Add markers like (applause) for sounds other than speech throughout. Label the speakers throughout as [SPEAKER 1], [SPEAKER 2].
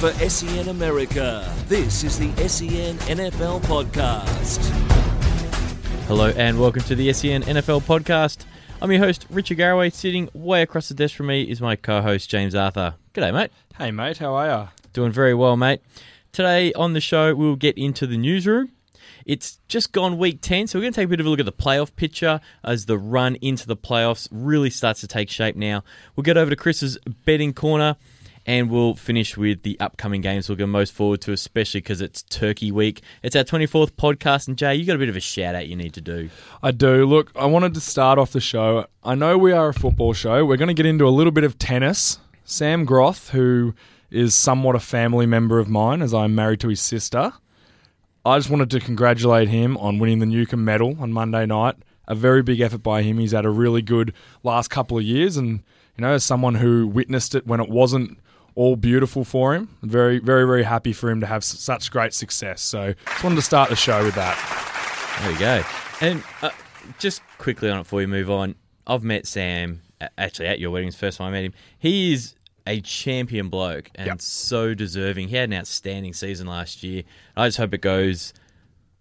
[SPEAKER 1] for SEN America. This is the E SEN NFL Podcast.
[SPEAKER 2] Hello and welcome to the E SEN NFL podcast. I'm your host, Richard Garraway. Sitting way across the desk from me is my co host, James Arthur. G'day, mate.
[SPEAKER 3] Hey mate, how are ya?
[SPEAKER 2] Doing very well, mate. Today on the show, we'll get into the newsroom. It's just gone week 10, so we're going to take a bit of a look at the playoff picture as the run into the playoffs really starts to take shape now. We'll get over to Chris's betting corner and we'll finish with the upcoming games we're going most forward to, especially because it's Turkey week. It's our 24th podcast, and Jay, you got a bit of a shout out you need to do.
[SPEAKER 3] I do. Look, I wanted to start off the show. I know we are a football show. We're going to get into a little bit of tennis. Sam Groth, who is somewhat a family member of mine as I'm married to his sister, I just wanted to congratulate him on winning the Newcomb medal on Monday night. A very big effort by him. He's had a really good last couple of years and you know, as someone who witnessed it when it wasn't all beautiful for him, very very very happy for him to have s- such great success. So, just wanted to start the show with that.
[SPEAKER 2] There you go. And uh, just quickly on it before we move on, I've met Sam a- actually at your wedding. It's the first time I met him. He is a champion bloke and
[SPEAKER 3] Yep.
[SPEAKER 2] so deserving. He had an outstanding season last year. I just hope it goes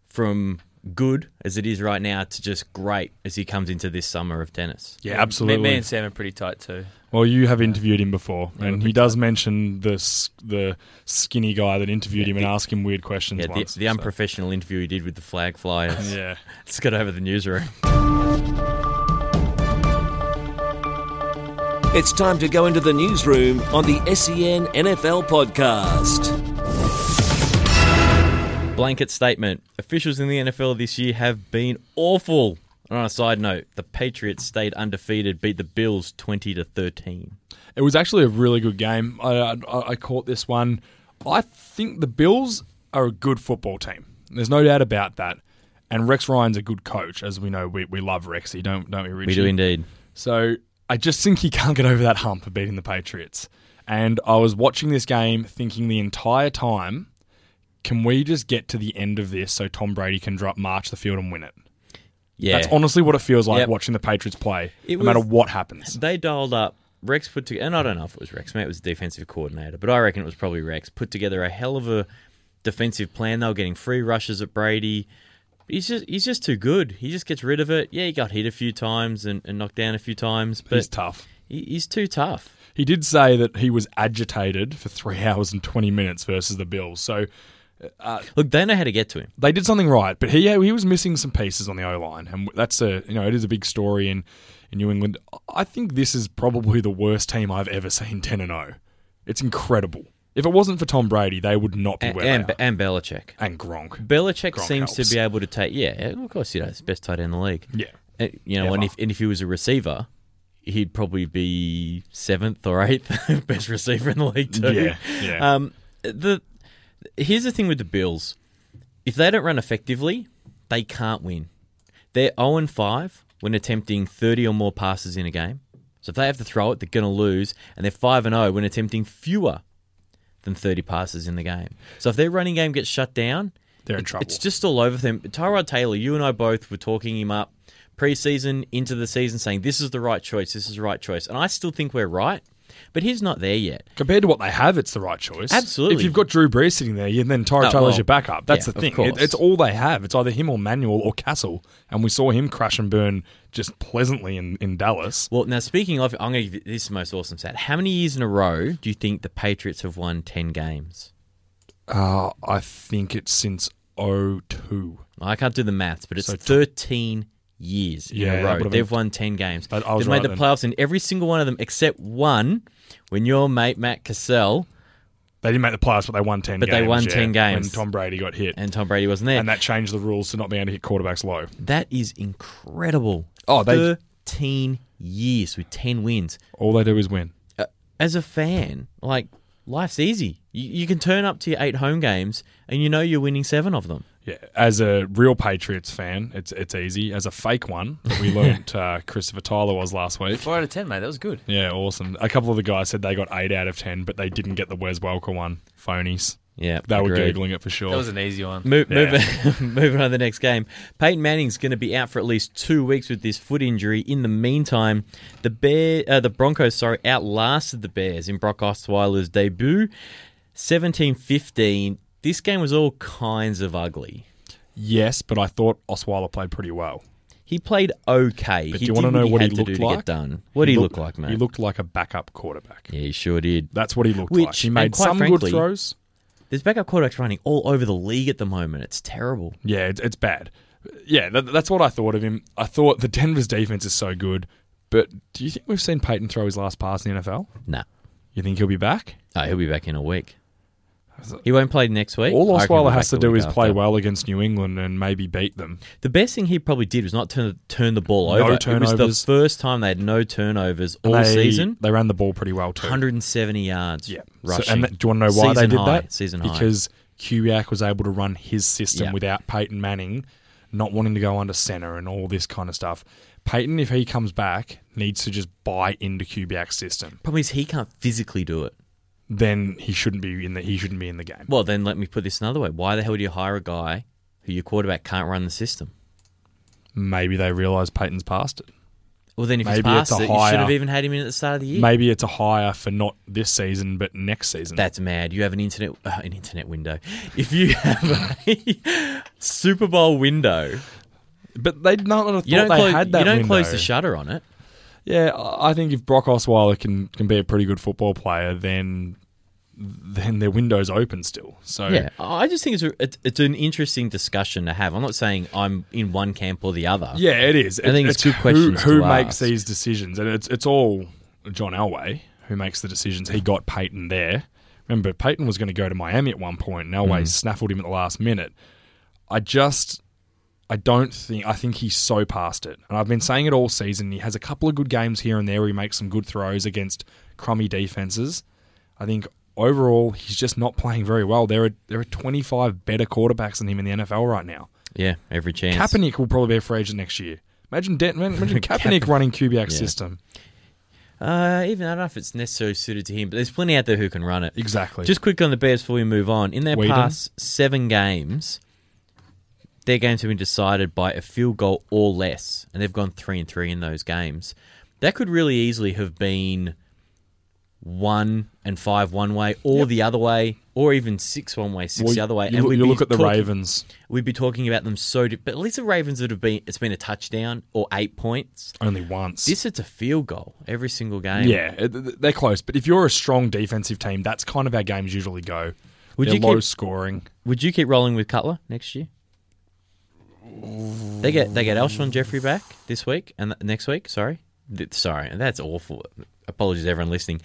[SPEAKER 2] from good as it is right now to just great as he comes into this summer of tennis.
[SPEAKER 3] Yeah, absolutely.
[SPEAKER 4] Me, me and Sam are pretty tight too.
[SPEAKER 3] Well, you have interviewed him before, and he does mention the s- the skinny guy that interviewed him and asked him weird questions.
[SPEAKER 2] Yeah, the,
[SPEAKER 3] once,
[SPEAKER 2] the
[SPEAKER 3] so-
[SPEAKER 2] unprofessional interview he did with the flag (laughs) flyers.
[SPEAKER 3] Yeah.
[SPEAKER 2] Let's get over the newsroom.
[SPEAKER 1] It's time to go into the newsroom on the E SEN NFL Podcast.
[SPEAKER 2] Blanket statement. Officials in the NFL this year have been awful. And on a side note, the Patriots stayed undefeated, beat the Bills 20 to 13.
[SPEAKER 3] It was actually a really good game. I, I, I caught this one. I think the Bills are a good football team. There's no doubt about that. And Rex Ryan's a good coach, as we know. We, we love Rexy, don't don't we, Richie?
[SPEAKER 2] We do indeed.
[SPEAKER 3] So I just think he (laughs) can't get over that hump of beating the Patriots. And I was watching this game thinking the entire time, can we just get to the end of this so Tom Brady can drop march the field and win it?
[SPEAKER 2] Yeah.
[SPEAKER 3] That's honestly what it feels like
[SPEAKER 2] Yep.
[SPEAKER 3] watching the Patriots play,
[SPEAKER 2] It
[SPEAKER 3] no matter
[SPEAKER 2] was-
[SPEAKER 3] what happens.
[SPEAKER 2] they dialed up. Rex put together, and I don't know if it was Rex, maybe it was the defensive coordinator, but I reckon it was probably Rex, put together a hell of a defensive plan. They were getting free rushes at Brady. He's just he's just too good. He just gets rid of it. Yeah, he got hit a few times and, and knocked down a few times, (laughs) but
[SPEAKER 3] He's tough.
[SPEAKER 2] he- he's too tough.
[SPEAKER 3] He did say that he was agitated for three (laughs) hours and 20 minutes versus the Bills. So
[SPEAKER 2] Look, they know how to get to him.
[SPEAKER 3] they did something right, but he he was missing some pieces on the O line, and that's a you know it is a big story in in New England. I think this is probably the worst team I've ever seen ten and zero. It's incredible. If it wasn't for Tom Brady, they would not be
[SPEAKER 2] And,
[SPEAKER 3] where and,
[SPEAKER 2] and,
[SPEAKER 3] they are.
[SPEAKER 2] and Belichick.
[SPEAKER 3] And Gronk,
[SPEAKER 2] Belichick
[SPEAKER 3] Gronk
[SPEAKER 2] seems
[SPEAKER 3] helps.
[SPEAKER 2] to be able to take. Yeah, of course he does. Best tight end in the league.
[SPEAKER 3] yeah,
[SPEAKER 2] Uh, you know, and
[SPEAKER 3] Ever.
[SPEAKER 2] if and if he was a receiver, he'd probably be seventh or eighth (laughs) best receiver in the league too.
[SPEAKER 3] yeah, yeah.
[SPEAKER 2] Um, the here's the thing with the Bills: if they don't run effectively, they can't win. They're zero and five when attempting thirty or more passes in a game. So if they have to throw it, they're going to lose, and they're five and zero when attempting fewer than thirty passes in the game. So if their running game gets shut down,
[SPEAKER 3] They're in
[SPEAKER 2] it-
[SPEAKER 3] trouble.
[SPEAKER 2] It's just all over them. Tyrod Taylor, you and I both were talking him up preseason into the season, saying this is the right choice, this is the right choice, and I still think we're right. But he's not there yet.
[SPEAKER 3] Compared to what they have, it's the right choice.
[SPEAKER 2] Absolutely.
[SPEAKER 3] If you've got Drew Brees sitting there, and then Tyra
[SPEAKER 2] Oh,
[SPEAKER 3] Taylor's
[SPEAKER 2] well,
[SPEAKER 3] your backup, that's
[SPEAKER 2] yeah,
[SPEAKER 3] the
[SPEAKER 2] of
[SPEAKER 3] thing. It,
[SPEAKER 2] course.
[SPEAKER 3] it's all they have. It's either him or Manuel or Castle, and we saw him crash and burn just pleasantly in, in Dallas.
[SPEAKER 2] Well, now speaking of, I'm going to give you, this is the most awesome stat. How many years in a row do you think the Patriots have won ten games?
[SPEAKER 3] Uh, I think it's since 02.
[SPEAKER 2] I can't do the maths, but it's
[SPEAKER 3] So t-
[SPEAKER 2] 13 years in
[SPEAKER 3] Yeah,
[SPEAKER 2] a
[SPEAKER 3] that
[SPEAKER 2] row.
[SPEAKER 3] would've
[SPEAKER 2] They've
[SPEAKER 3] been-
[SPEAKER 2] won 10 games.
[SPEAKER 3] I- I was
[SPEAKER 2] They've made
[SPEAKER 3] right
[SPEAKER 2] the
[SPEAKER 3] then.
[SPEAKER 2] playoffs in every single one of them except one when your mate Matt Cassell
[SPEAKER 3] They didn't make the playoffs, but they won 10
[SPEAKER 2] But
[SPEAKER 3] games.
[SPEAKER 2] they won
[SPEAKER 3] yeah,
[SPEAKER 2] 10 games.
[SPEAKER 3] When Tom Brady got hit. And,
[SPEAKER 2] and Tom Brady wasn't there.
[SPEAKER 3] that changed the rules to not be able to hit quarterbacks low.
[SPEAKER 2] that is incredible.
[SPEAKER 3] Oh, they-
[SPEAKER 2] 13 years with 10 wins.
[SPEAKER 3] All they do is win.
[SPEAKER 2] Uh, as a fan, like, life's easy. You, you can turn up to your eight home games and you know you're winning seven of them.
[SPEAKER 3] Yeah. As a real Patriots fan, it's it's easy. As a fake one that we learnt uh, Christopher Tyler was last week.
[SPEAKER 4] Four out of ten, mate. That was good.
[SPEAKER 3] Yeah, awesome. A couple of the guys said they got 8 out of 10, but they didn't get the Wes Welker one. Phonies.
[SPEAKER 2] Yeah.
[SPEAKER 3] They were
[SPEAKER 2] agreed.
[SPEAKER 3] Googling it for sure.
[SPEAKER 4] That was an easy one.
[SPEAKER 2] Move,
[SPEAKER 3] Yeah.
[SPEAKER 2] moving, (laughs) moving on to the next game. Peyton Manning's going to be out for at least two weeks with this foot injury. In the meantime, the Bear, uh, the Broncos, sorry, outlasted the Bears in Brock Osweiler's debut. seventeen fifteen. This game was all kinds of ugly.
[SPEAKER 3] Yes, but I thought Osweiler played pretty well.
[SPEAKER 2] He played okay.
[SPEAKER 3] But
[SPEAKER 2] he
[SPEAKER 3] do you wanna
[SPEAKER 2] did
[SPEAKER 3] know what
[SPEAKER 2] he, had
[SPEAKER 3] he
[SPEAKER 2] to do
[SPEAKER 3] looked
[SPEAKER 2] to get
[SPEAKER 3] like?
[SPEAKER 2] done? What did he, look like, mate?
[SPEAKER 3] He looked like a backup quarterback.
[SPEAKER 2] yeah, he sure did.
[SPEAKER 3] That's what he looked
[SPEAKER 2] Which,
[SPEAKER 3] like. He
[SPEAKER 2] and
[SPEAKER 3] made
[SPEAKER 2] quite
[SPEAKER 3] some
[SPEAKER 2] frankly-
[SPEAKER 3] good throws.
[SPEAKER 2] There's backup quarterbacks running all over the league at the moment. It's terrible.
[SPEAKER 3] Yeah, it's, it's bad. Yeah, that, that's what I thought of him. I thought the (laughs) Denver's defense is so good, but do you think we've seen Peyton throw his last pass in the NFL?
[SPEAKER 2] Nah.
[SPEAKER 3] You think he'll be back?
[SPEAKER 2] Oh, he'll be back in a week. He won't play next week.
[SPEAKER 3] All
[SPEAKER 2] I reckon he'll
[SPEAKER 3] Osweiler
[SPEAKER 2] be
[SPEAKER 3] has
[SPEAKER 2] back
[SPEAKER 3] to
[SPEAKER 2] the
[SPEAKER 3] do
[SPEAKER 2] week
[SPEAKER 3] is play
[SPEAKER 2] after.
[SPEAKER 3] well against New England and maybe beat them.
[SPEAKER 2] The best thing he probably did was not turn turn the ball
[SPEAKER 3] No
[SPEAKER 2] over. It was
[SPEAKER 3] turnovers.
[SPEAKER 2] the first time they had no turnovers all
[SPEAKER 3] they,
[SPEAKER 2] season.
[SPEAKER 3] They ran the ball pretty well too.
[SPEAKER 2] 170 yards.
[SPEAKER 3] Yeah.
[SPEAKER 2] rushing.
[SPEAKER 3] So, and that, do you want to know why
[SPEAKER 2] Season
[SPEAKER 3] they did
[SPEAKER 2] high,
[SPEAKER 3] that?
[SPEAKER 2] Season high.
[SPEAKER 3] because Kubiak was able to run his system
[SPEAKER 2] Yeah.
[SPEAKER 3] without Peyton Manning not wanting to go under center and all this kind of stuff. Peyton, if he comes back, needs to just buy into Kubiak's system.
[SPEAKER 2] problem is he can't physically do it.
[SPEAKER 3] Then he shouldn't be in the he shouldn't be in the game.
[SPEAKER 2] Well, then let me put this another way. Why the hell do you hire a guy who your quarterback can't run the system?
[SPEAKER 3] Maybe they realise Peyton's past it.
[SPEAKER 2] Well, then if he's
[SPEAKER 3] Maybe it's
[SPEAKER 2] passed
[SPEAKER 3] a
[SPEAKER 2] it, you should
[SPEAKER 3] hire.
[SPEAKER 2] have even had him in at the start of the year.
[SPEAKER 3] Maybe it's a hire for not this season but next season.
[SPEAKER 2] That's mad. You have an internet uh, an internet window. If you have a (laughs) Super Bowl window,
[SPEAKER 3] but they not thought
[SPEAKER 2] you don't
[SPEAKER 3] they
[SPEAKER 2] close,
[SPEAKER 3] had that.
[SPEAKER 2] you don't close
[SPEAKER 3] window.
[SPEAKER 2] the shutter on it.
[SPEAKER 3] Yeah, I I think if Brock Osweiler can, can be a pretty good football player, then then their window's open still. So
[SPEAKER 2] Yeah, I just think it's a, it's, it's an interesting discussion to have. I'm not saying I'm in one camp or the other.
[SPEAKER 3] Yeah, it is.
[SPEAKER 2] I think
[SPEAKER 3] It-
[SPEAKER 2] it's good
[SPEAKER 3] who,
[SPEAKER 2] questions
[SPEAKER 3] who
[SPEAKER 2] to
[SPEAKER 3] makes
[SPEAKER 2] ask.
[SPEAKER 3] these decisions, and it's it's all John Elway who makes the decisions. He got Peyton there. Remember, Peyton was going to go to Miami at one point, and
[SPEAKER 2] Mm.
[SPEAKER 3] Elway snaffled him at the last minute. I just. I don't think I think he's so past it, and I've been saying it all season. He has a couple of good games here and there where he makes some good throws against crummy defenses. I think overall he's just not playing very well. There are there are 25 better quarterbacks than him in the NFL right now.
[SPEAKER 2] yeah, every chance.
[SPEAKER 3] Kaepernick will probably be a free agent next year. Imagine
[SPEAKER 2] (laughs)
[SPEAKER 3] De- imagine Kaepernick running Kubiak's
[SPEAKER 2] Yeah.
[SPEAKER 3] system.
[SPEAKER 2] Uh, even I don't know if it's necessarily suited to him, but there's plenty out there who can run it.
[SPEAKER 3] Exactly.
[SPEAKER 2] Just quick on the Bears before we move on. In their
[SPEAKER 3] Whedon?
[SPEAKER 2] past seven games, their games have been decided by a field goal or less, and they've gone three and three in those games. That could really easily have been one and five one way, or the other way, or even six one way, six
[SPEAKER 3] Well,
[SPEAKER 2] the other way.
[SPEAKER 3] You,
[SPEAKER 2] and
[SPEAKER 3] look-
[SPEAKER 2] we'd
[SPEAKER 3] you
[SPEAKER 2] be
[SPEAKER 3] look at the
[SPEAKER 2] talking-
[SPEAKER 3] Ravens.
[SPEAKER 2] We'd be talking about them so. Di- but at least the Ravens would have been. It's been a touchdown or eight points.
[SPEAKER 3] Only once.
[SPEAKER 2] This it's a field goal every single game.
[SPEAKER 3] yeah, it- th- they're close. But if you're a strong defensive team, that's kind of how games usually go.
[SPEAKER 2] Would
[SPEAKER 3] they're
[SPEAKER 2] you
[SPEAKER 3] low
[SPEAKER 2] keep-
[SPEAKER 3] scoring.
[SPEAKER 2] Would you keep rolling with Cutler next year? They get they get Elshon Jeffrey back this week and th- next week. Sorry, Th- sorry, and that's awful. Apologies, everyone listening.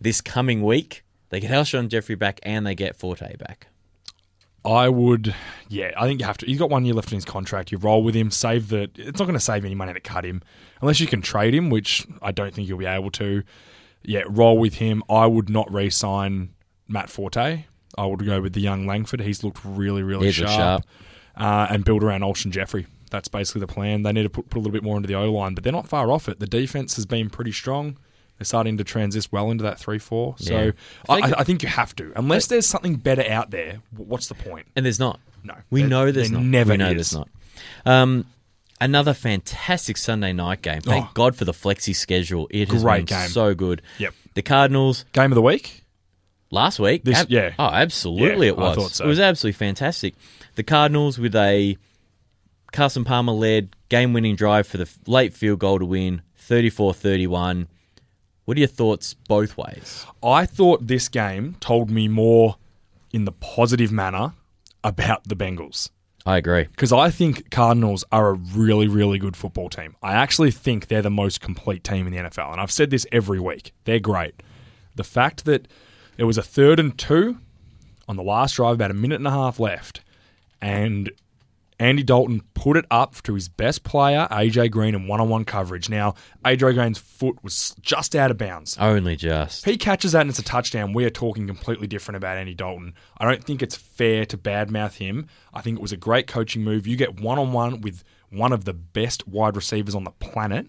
[SPEAKER 2] This coming week, they get Elshon Jeffrey back and they get Forte back.
[SPEAKER 3] I would, yeah. I think you have to. He's got one year left in his contract. You roll with him, save the. It's not going to save any money to cut him, unless you can trade him, which I don't think you'll be able to. Yeah, roll with him. I would not re-sign Matt Forte. I would go with the young Langford. He's looked really, really
[SPEAKER 2] He's
[SPEAKER 3] sharp.
[SPEAKER 2] looked
[SPEAKER 3] Uh, and build around Olsen Jeffrey. That's basically the plan. They need to put, put a little bit more into the O line, but they're not far off it. The defense has been pretty strong. They're starting to transist well into that three-four. So
[SPEAKER 2] Yeah.
[SPEAKER 3] I, I, I think you have to, unless there's something better out there. w- What's the point?
[SPEAKER 2] And there's not.
[SPEAKER 3] No.
[SPEAKER 2] we
[SPEAKER 3] There-
[SPEAKER 2] know there's
[SPEAKER 3] there
[SPEAKER 2] not.
[SPEAKER 3] never
[SPEAKER 2] we know
[SPEAKER 3] is.
[SPEAKER 2] there's not. Um, another fantastic Sunday night game. Thank
[SPEAKER 3] Oh.
[SPEAKER 2] God for the flexi schedule. It has
[SPEAKER 3] Great
[SPEAKER 2] been
[SPEAKER 3] game.
[SPEAKER 2] so good.
[SPEAKER 3] Yep.
[SPEAKER 2] The Cardinals
[SPEAKER 3] Game of the week?
[SPEAKER 2] last week.
[SPEAKER 3] This- yeah.
[SPEAKER 2] Oh, absolutely,
[SPEAKER 3] Yeah,
[SPEAKER 2] it
[SPEAKER 3] I
[SPEAKER 2] was.
[SPEAKER 3] thought so.
[SPEAKER 2] It was absolutely fantastic. The Cardinals with a Carson Palmer led game winning drive for the f- late field goal to win 34 31. What are your thoughts both ways?
[SPEAKER 3] I thought this game told me more in the positive manner about the Bengals
[SPEAKER 2] I agree.
[SPEAKER 3] because I think Cardinals are a really, really good football team. I actually think they're the most complete team in the NFL, and I've said this every week. They're great. The fact that it was a third and two on the last drive, about a minute and a half left, and Andy Dalton put it up to his best player, AJ Green, in one-on-one coverage. Now, AJ Green's foot was just out of bounds.
[SPEAKER 2] Only just.
[SPEAKER 3] If he catches that and it's a touchdown, we are talking completely different about Andy Dalton. I don't think it's fair to badmouth him. I think it was a great coaching move. You get one on one with one of the best wide receivers on the planet.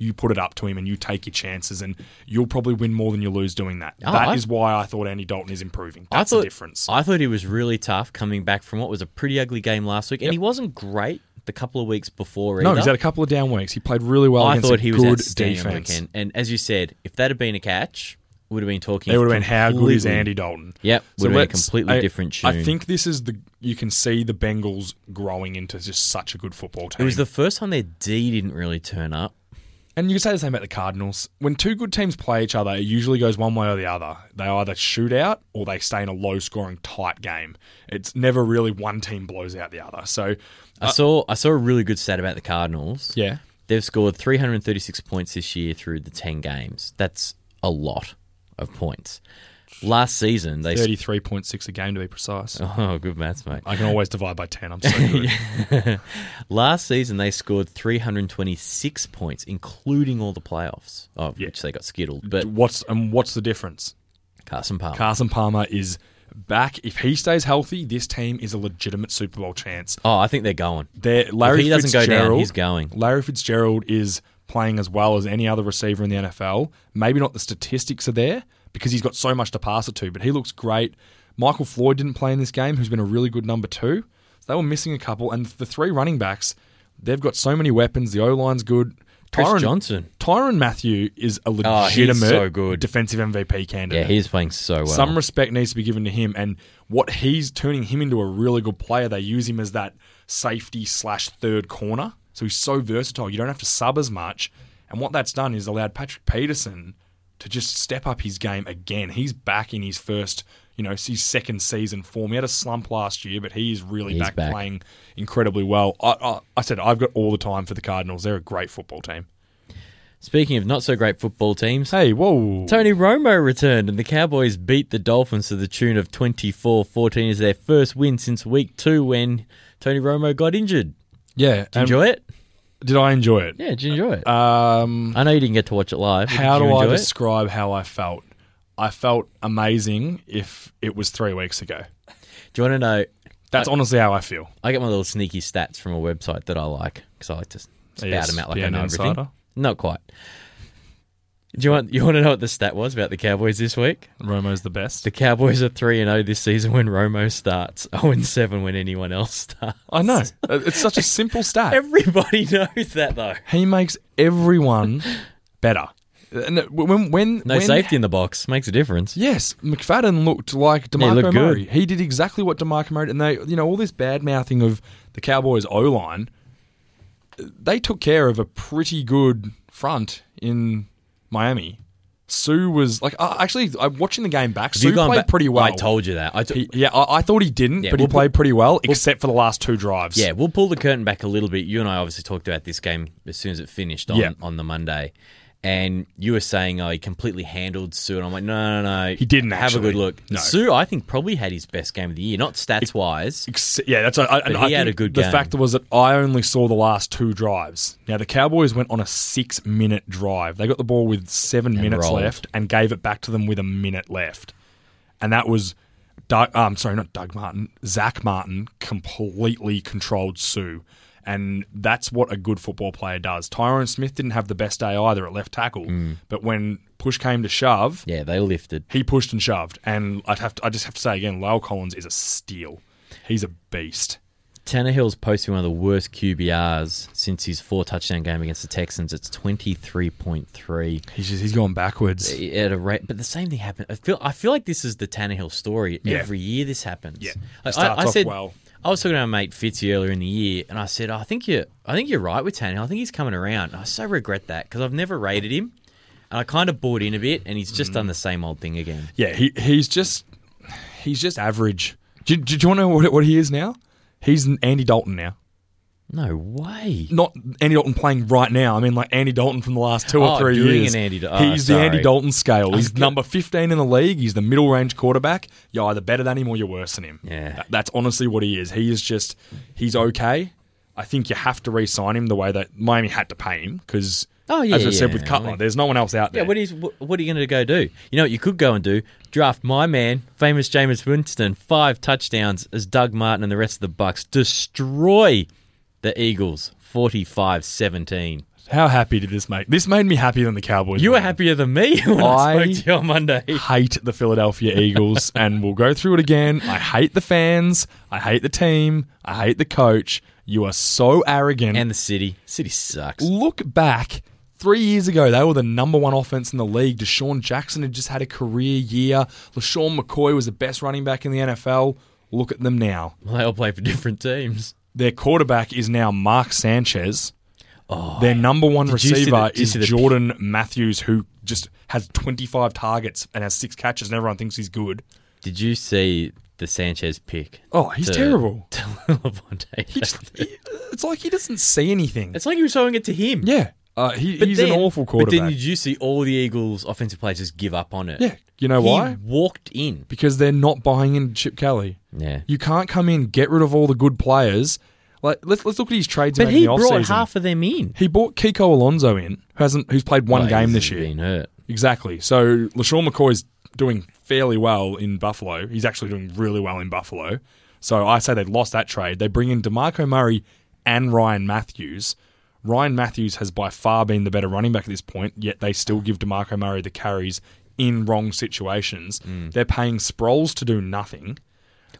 [SPEAKER 3] You put it up to him and you take your chances, and you'll probably win more than you lose doing that.
[SPEAKER 2] Oh,
[SPEAKER 3] That is
[SPEAKER 2] I-
[SPEAKER 3] why I thought Andy Dalton is improving.
[SPEAKER 2] I
[SPEAKER 3] That's
[SPEAKER 2] thought,
[SPEAKER 3] the difference.
[SPEAKER 2] I thought he was really tough coming back from what was a pretty ugly game last week, and he wasn't great the couple of weeks before either.
[SPEAKER 3] no, he's had a couple of down weeks. He played really well
[SPEAKER 2] I
[SPEAKER 3] against
[SPEAKER 2] thought
[SPEAKER 3] a
[SPEAKER 2] he was
[SPEAKER 3] good
[SPEAKER 2] outstanding on the
[SPEAKER 3] defense.
[SPEAKER 2] weekend. And as you said, if that had been a catch, would have been talking.
[SPEAKER 3] It would
[SPEAKER 2] (laughs)
[SPEAKER 3] have been how good is
[SPEAKER 2] completely-
[SPEAKER 3] Andy Dalton?
[SPEAKER 2] Yep, would have been a
[SPEAKER 3] let's-
[SPEAKER 2] completely
[SPEAKER 3] I-
[SPEAKER 2] different tune.
[SPEAKER 3] I think this is the you can see the Bengals growing into just such a good football team.
[SPEAKER 2] it was the first time their D didn't really turn up.
[SPEAKER 3] and you can say the same about the Cardinals. When two good teams play each other, it usually goes one way or the other. They either shoot out or they stay in a low scoring tight game. It's never really one team blows out the other. So
[SPEAKER 2] I saw I saw a really good stat about the Cardinals.
[SPEAKER 3] Uh, yeah,
[SPEAKER 2] They've scored 336 points this year through the 10 games. That's a lot of points. Last season, they.
[SPEAKER 3] thirty three point six a game to be precise.
[SPEAKER 2] (laughs) oh, good maths, mate.
[SPEAKER 3] I can always divide by
[SPEAKER 2] (laughs)
[SPEAKER 3] ten. I'm so good.
[SPEAKER 2] Last season, they scored 326 points, including all the playoffs, of
[SPEAKER 3] Yeah.
[SPEAKER 2] which they got skittled. But
[SPEAKER 3] What's and what's the difference?
[SPEAKER 2] Carson Palmer.
[SPEAKER 3] Carson Palmer is back. If he stays healthy, this team is a legitimate Super Bowl chance.
[SPEAKER 2] oh, I think they're going.
[SPEAKER 3] They're, Larry
[SPEAKER 2] if he doesn't go
[SPEAKER 3] Fitzgerald,
[SPEAKER 2] down, he's going.
[SPEAKER 3] Larry Fitzgerald is playing as well as any other receiver in the NFL. Maybe not the statistics are there because he's got so much to pass it to, but he looks great. Michael Floyd didn't play in this game, who's been a really good number two. So they were missing a couple, and the three running backs, they've got so many weapons. The O line's good.
[SPEAKER 2] Chris Johnson.
[SPEAKER 3] Tyron Matthew is a
[SPEAKER 2] Oh, he's
[SPEAKER 3] legitimate
[SPEAKER 2] so good.
[SPEAKER 3] defensive MVP candidate.
[SPEAKER 2] Yeah, he's playing so well.
[SPEAKER 3] Some respect needs to be given to him, and what he's turning him into a really good player. They use him as that safety slash third corner, so he's so versatile. You don't have to sub as much, and what that's done is allowed Patrick Peterson to just step up his game again. He's back in his first, you know, his second season form. He had a slump last year, but he is really
[SPEAKER 2] He's
[SPEAKER 3] back,
[SPEAKER 2] back.
[SPEAKER 3] playing incredibly well. I, I, I said I've got all the time for the Cardinals. They're a great football team.
[SPEAKER 2] Speaking of not so great football teams,
[SPEAKER 3] Hey, whoa!
[SPEAKER 2] Tony Romo returned, and the Cowboys beat the Dolphins to the tune of 24 14 as their first win since week two when Tony Romo got injured.
[SPEAKER 3] yeah,
[SPEAKER 2] Did you enjoy it?
[SPEAKER 3] Did I enjoy it?
[SPEAKER 2] Yeah, did you enjoy it?
[SPEAKER 3] Um,
[SPEAKER 2] I know you didn't get to watch it live. but
[SPEAKER 3] How
[SPEAKER 2] did you
[SPEAKER 3] do I
[SPEAKER 2] enjoy it?
[SPEAKER 3] describe how I felt? I felt amazing if it was three weeks ago.
[SPEAKER 2] Do you want to know? Uh,
[SPEAKER 3] That's honestly how I feel.
[SPEAKER 2] I get my little sneaky stats from a website that I like because I like to spout
[SPEAKER 3] Yes,
[SPEAKER 2] them out like
[SPEAKER 3] be
[SPEAKER 2] I
[SPEAKER 3] an
[SPEAKER 2] know everything.
[SPEAKER 3] insider.
[SPEAKER 2] Not quite. Do you want you want to know what the stat was about the Cowboys this week?
[SPEAKER 3] Romo's the best.
[SPEAKER 2] The Cowboys are three and zero this season when Romo starts, zero and seven when anyone else
[SPEAKER 3] (laughs)
[SPEAKER 2] starts.
[SPEAKER 3] I know. Uh,
[SPEAKER 2] (laughs)
[SPEAKER 3] It's such a simple stat.
[SPEAKER 2] Everybody (laughs) knows that though.
[SPEAKER 3] He makes everyone
[SPEAKER 2] (laughs)
[SPEAKER 3] better. And it- when when
[SPEAKER 2] No
[SPEAKER 3] when-
[SPEAKER 2] safety in the box makes a difference.
[SPEAKER 3] Yes, McFadden looked like Demarco
[SPEAKER 2] he looked good.
[SPEAKER 3] Murray. He did exactly what Demarco Murray and they, you know, all this bad mouthing of the Cowboys O line. They took care of a pretty good front in Miami. Sue was like, I actually, I'm watching the game back.
[SPEAKER 2] Have
[SPEAKER 3] Sue
[SPEAKER 2] you gone
[SPEAKER 3] played
[SPEAKER 2] back-
[SPEAKER 3] pretty well.
[SPEAKER 2] I told you that. I t-
[SPEAKER 3] He- yeah, I, I thought he didn't,
[SPEAKER 2] Yeah,
[SPEAKER 3] but
[SPEAKER 2] we'll
[SPEAKER 3] he
[SPEAKER 2] put-
[SPEAKER 3] played pretty well, except for the last two drives.
[SPEAKER 2] Yeah, we'll pull the curtain back a little bit. You and I obviously talked about this game as soon as it finished on,
[SPEAKER 3] Yeah.
[SPEAKER 2] on the Monday. And you were saying, oh, he completely handled Sue. And I'm like, no, no, no.
[SPEAKER 3] He didn't
[SPEAKER 2] Have a
[SPEAKER 3] actually.
[SPEAKER 2] good look.
[SPEAKER 3] No.
[SPEAKER 2] Sue, I think, probably had his best game of the year, not stats wise.
[SPEAKER 3] Ex- Yeah, that's. I,
[SPEAKER 2] he
[SPEAKER 3] and I
[SPEAKER 2] had
[SPEAKER 3] think
[SPEAKER 2] a good
[SPEAKER 3] The
[SPEAKER 2] game.
[SPEAKER 3] fact was that I only saw the last two drives. Now the Cowboys went on a six-minute drive. They got the ball with seven minutes
[SPEAKER 2] rolled.
[SPEAKER 3] left and gave it back to them with a minute left, and that was. Doug, um, sorry, not Doug Martin. Zach Martin completely controlled Sue, and that's what a good football player does. Tyrone Smith didn't have the best day either at left tackle,
[SPEAKER 2] Mm.
[SPEAKER 3] but when push came to shove,
[SPEAKER 2] Yeah, they lifted.
[SPEAKER 3] he pushed and shoved. And I'd have to, I just have to say again, Lyle Collins is a steal. He's a beast.
[SPEAKER 2] Tannehill's posting one of the worst QBRs since his four touchdown game against the Texans. It's 23.3.
[SPEAKER 3] He's just, he's going backwards.
[SPEAKER 2] at a rate. But the same thing happened. I feel I feel like this is the Tannehill story.
[SPEAKER 3] Yeah.
[SPEAKER 2] Every year this happens.
[SPEAKER 3] Yeah.
[SPEAKER 2] I,
[SPEAKER 3] It starts
[SPEAKER 2] I- I
[SPEAKER 3] off
[SPEAKER 2] said
[SPEAKER 3] well.
[SPEAKER 2] I was talking to my mate Fitzy earlier in the year, and I said, I think you I think you're right with Tannehill. I think he's coming around. I so regret that because I've never rated him, and I kind of bought in a bit, and he's
[SPEAKER 3] Mm.
[SPEAKER 2] just done the same old thing again.
[SPEAKER 3] Yeah, he he's just he's just average. Do, you- do you want to know what, what he is now? He's an Andy Dalton now.
[SPEAKER 2] No way.
[SPEAKER 3] Not Andy Dalton playing right now. I mean, like Andy Dalton from the last two
[SPEAKER 2] Oh,
[SPEAKER 3] or three
[SPEAKER 2] doing
[SPEAKER 3] years.
[SPEAKER 2] an Andy Dal- oh,
[SPEAKER 3] he's the Andy
[SPEAKER 2] sorry.
[SPEAKER 3] Dalton scale. He's
[SPEAKER 2] good.
[SPEAKER 3] number fifteen in the league. He's the middle range quarterback. You're either better than him or you're worse than him.
[SPEAKER 2] Yeah.
[SPEAKER 3] That- that's honestly what he is. He is just he's okay. I think you have to re-sign him the way that Miami had to pay him because,
[SPEAKER 2] Oh, yeah,
[SPEAKER 3] as I said
[SPEAKER 2] yeah,
[SPEAKER 3] with
[SPEAKER 2] I
[SPEAKER 3] Cutler,
[SPEAKER 2] mean-
[SPEAKER 3] there's no one else out there.
[SPEAKER 2] Yeah, what is what, what are you going to go do? You know what you could go and do? Draft my man, famous Jameis Winston, five touchdowns as Doug Martin and the rest of the Bucks destroy the Eagles 45-17.
[SPEAKER 3] How happy did this make? This made me happier than the Cowboys.
[SPEAKER 2] You were
[SPEAKER 3] were
[SPEAKER 2] happier than me (laughs) when I,
[SPEAKER 3] Hmm. I-
[SPEAKER 2] spoke to you on Monday.
[SPEAKER 3] (laughs) hate the Philadelphia
[SPEAKER 2] (laughs)
[SPEAKER 3] Eagles, and we'll go through it again. I hate the fans. I hate the team. I hate the coach. You are so arrogant.
[SPEAKER 2] And the city. City sucks.
[SPEAKER 3] look back Three years ago, they were the number one offense in the league. Deshaun Jackson had just had a career year. LaShawn McCoy was the best running back in the NFL. Look at them now.
[SPEAKER 2] Well, they all play for different teams.
[SPEAKER 3] Their quarterback is now Mark Sanchez. Their number one
[SPEAKER 2] Oh, Did you see
[SPEAKER 3] receiver
[SPEAKER 2] the- did you
[SPEAKER 3] is
[SPEAKER 2] see the-
[SPEAKER 3] Jordan Matthews, who just has 25 targets and has six catches, and everyone thinks he's good.
[SPEAKER 2] Did you see the Sanchez pick?
[SPEAKER 3] Oh, he's
[SPEAKER 2] to-
[SPEAKER 3] terrible.
[SPEAKER 2] (laughs) To Lavonte.
[SPEAKER 3] He just, he- it's like he doesn't see
[SPEAKER 2] (laughs)
[SPEAKER 3] anything.
[SPEAKER 2] it's like you were showing it to him.
[SPEAKER 3] Yeah, uh, he,
[SPEAKER 2] But
[SPEAKER 3] he's an
[SPEAKER 2] then-
[SPEAKER 3] awful quarterback.
[SPEAKER 2] But then did you see all the Eagles' offensive players just give up on it?
[SPEAKER 3] yeah, you know
[SPEAKER 2] he
[SPEAKER 3] why?
[SPEAKER 2] walked in.
[SPEAKER 3] Because they're not buying into Chip Kelly.
[SPEAKER 2] Yeah.
[SPEAKER 3] You can't come in, get rid of all the good players. Like let's let's look at his trades.
[SPEAKER 2] But
[SPEAKER 3] made in
[SPEAKER 2] he
[SPEAKER 3] the
[SPEAKER 2] brought
[SPEAKER 3] offseason.
[SPEAKER 2] half of them in.
[SPEAKER 3] He bought Kiko Alonso in, who hasn't who's played one
[SPEAKER 2] Like,
[SPEAKER 3] game
[SPEAKER 2] he's
[SPEAKER 3] this year.
[SPEAKER 2] Been hurt.
[SPEAKER 3] Exactly. So LaShawn McCoy's doing fairly well in Buffalo. He's actually doing really well in Buffalo. So I say they've lost that trade. They bring in DeMarco Murray and Ryan Matthews. Ryan Matthews has by far been the better running back at this point, yet they still give DeMarco Murray the carries in wrong situations. They're paying Sproles to do nothing.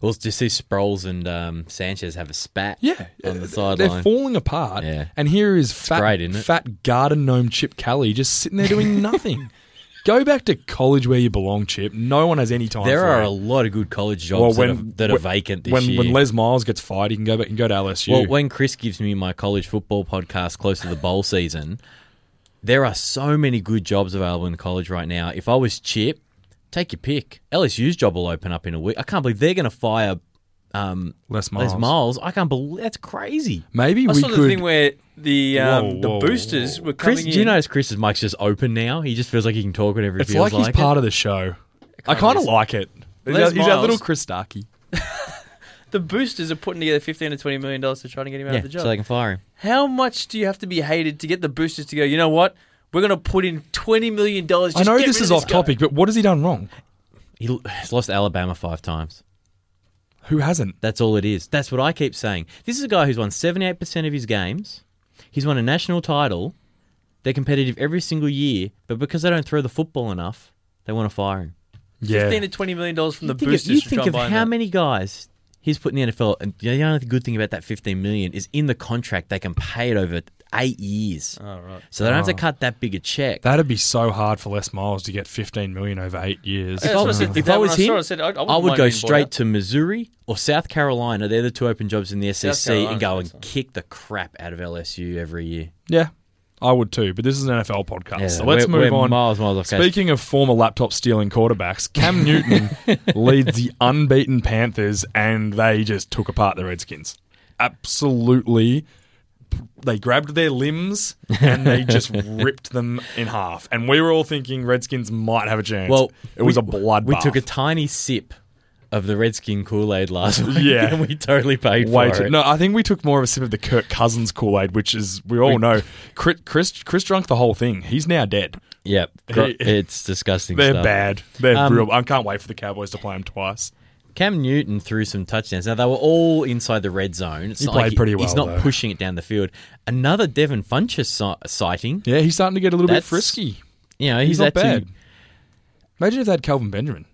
[SPEAKER 2] Well, just see Sproles and um, Sanchez have a spat. on the
[SPEAKER 3] uh, They're
[SPEAKER 2] sideline.
[SPEAKER 3] falling apart.
[SPEAKER 2] Yeah.
[SPEAKER 3] And here is fat,
[SPEAKER 2] great, isn't it?
[SPEAKER 3] fat garden gnome Chip Kelly just sitting
[SPEAKER 2] (laughs)
[SPEAKER 3] there doing nothing. Go back to college where you belong, Chip. No one has any time
[SPEAKER 2] there
[SPEAKER 3] for
[SPEAKER 2] are
[SPEAKER 3] it.
[SPEAKER 2] a lot of good college jobs
[SPEAKER 3] Well,
[SPEAKER 2] that, are, that are vacant this
[SPEAKER 3] when,
[SPEAKER 2] year.
[SPEAKER 3] When Les Miles gets fired, he can go back and go to LSU.
[SPEAKER 2] well, when Chris gives me my college football podcast close to the bowl season, there are so many good jobs available in college right now. If I was Chip, take your pick. LSU's job will open up in a week. I can't believe they're going to fire um,
[SPEAKER 3] Les Miles.
[SPEAKER 2] Les Miles. I can't believe that's crazy.
[SPEAKER 3] Maybe
[SPEAKER 4] I
[SPEAKER 3] we
[SPEAKER 4] saw
[SPEAKER 3] could.
[SPEAKER 4] the thing where the um,
[SPEAKER 3] Whoa, whoa,
[SPEAKER 4] the boosters were coming
[SPEAKER 2] Chris,
[SPEAKER 4] in.
[SPEAKER 2] do you notice Chris's mic's just open now? He just feels like he can talk whenever he
[SPEAKER 3] it's
[SPEAKER 2] feels
[SPEAKER 3] like
[SPEAKER 2] like,
[SPEAKER 3] he's
[SPEAKER 2] it.
[SPEAKER 3] part of the show. I kind of like it.
[SPEAKER 4] Les
[SPEAKER 3] he's our
[SPEAKER 4] Miles.
[SPEAKER 3] little Chris Starkey.
[SPEAKER 4] the boosters are putting together fifteen to twenty million dollars to try to get him out
[SPEAKER 2] yeah,
[SPEAKER 4] of the job.
[SPEAKER 2] so they can fire him.
[SPEAKER 4] How much do you have to be hated to get the boosters to go? You know what? We're going to put in twenty million dollars.
[SPEAKER 3] I know this is off topic, but what has he done wrong?
[SPEAKER 2] He l- he's lost to Alabama five times.
[SPEAKER 3] Who hasn't?
[SPEAKER 2] That's all it is. That's what I keep saying. This is a guy who's won 78% of his games. He's won a national title. They're competitive every single year, but because they don't throw the football enough, they want to fire him.
[SPEAKER 3] Yeah.
[SPEAKER 4] Fifteen to twenty million dollars from the
[SPEAKER 2] think
[SPEAKER 4] boosters.
[SPEAKER 2] of, you
[SPEAKER 4] to
[SPEAKER 2] think
[SPEAKER 4] try and
[SPEAKER 2] of
[SPEAKER 4] buy him
[SPEAKER 2] how
[SPEAKER 4] out.
[SPEAKER 2] many guys he's put in the NFL, and the only good thing about that 15 million is in the contract they can pay it over eight years.
[SPEAKER 4] Oh, right.
[SPEAKER 2] So they don't have to cut that big a check.
[SPEAKER 3] That'd be so hard for Les Miles to get 15 million over eight years.
[SPEAKER 4] Yeah,
[SPEAKER 2] if I
[SPEAKER 4] that's what
[SPEAKER 2] was,
[SPEAKER 4] I said
[SPEAKER 2] if
[SPEAKER 4] to
[SPEAKER 2] I
[SPEAKER 4] Dan when
[SPEAKER 2] was
[SPEAKER 4] I saw
[SPEAKER 2] him,
[SPEAKER 4] it,
[SPEAKER 2] I,
[SPEAKER 4] I said, I- I
[SPEAKER 2] would
[SPEAKER 4] wouldn't mind
[SPEAKER 2] go
[SPEAKER 4] being bought
[SPEAKER 2] straight
[SPEAKER 4] out.
[SPEAKER 2] to Missouri or South Carolina. They're the two open jobs in the SEC, and
[SPEAKER 4] Carolina's
[SPEAKER 2] go and
[SPEAKER 4] excellent.
[SPEAKER 2] kick the crap out of LSU every year.
[SPEAKER 3] Yeah, I would too. But this is an NFL podcast, so let's
[SPEAKER 2] we're-
[SPEAKER 3] move
[SPEAKER 2] we're
[SPEAKER 3] on.
[SPEAKER 2] Miles, miles off course.
[SPEAKER 3] Speaking of former laptop stealing
[SPEAKER 2] (laughs)
[SPEAKER 3] quarterbacks, Cam Newton leads the unbeaten Panthers, and they just took apart the Redskins. Absolutely. They grabbed their limbs
[SPEAKER 2] (laughs)
[SPEAKER 3] and they just ripped them in half. And we were all thinking Redskins might have a chance.
[SPEAKER 2] Well,
[SPEAKER 3] it was
[SPEAKER 2] we-
[SPEAKER 3] a bloodbath.
[SPEAKER 2] We took a tiny sip of the Redskin Kool Aid
[SPEAKER 3] (laughs)
[SPEAKER 2] last week.
[SPEAKER 3] Yeah.
[SPEAKER 2] and we totally paid
[SPEAKER 3] Way
[SPEAKER 2] for
[SPEAKER 3] too,
[SPEAKER 2] it.
[SPEAKER 3] no, I think we took more of a sip of the Kirk Cousins Kool Aid, which is we all know. Chris, Chris Chris drunk the whole thing. He's now dead.
[SPEAKER 2] Yep,
[SPEAKER 3] He-
[SPEAKER 2] it's disgusting.
[SPEAKER 3] They're
[SPEAKER 2] stuff.
[SPEAKER 3] bad. They're
[SPEAKER 2] Um,
[SPEAKER 3] real. I can't wait for the Cowboys to play them twice.
[SPEAKER 2] Cam Newton threw some touchdowns. Now they were all inside the red zone. It's
[SPEAKER 3] He
[SPEAKER 2] not
[SPEAKER 3] played
[SPEAKER 2] like
[SPEAKER 3] pretty well,
[SPEAKER 2] He's not
[SPEAKER 3] though.
[SPEAKER 2] pushing it down the field. Another Devin Funches si- sighting.
[SPEAKER 3] Yeah, he's starting to get a little
[SPEAKER 2] That's-
[SPEAKER 3] bit frisky.
[SPEAKER 2] You know,
[SPEAKER 3] He's,
[SPEAKER 2] he's, that
[SPEAKER 3] not bad.
[SPEAKER 2] too-
[SPEAKER 3] Imagine if they had Calvin Benjamin.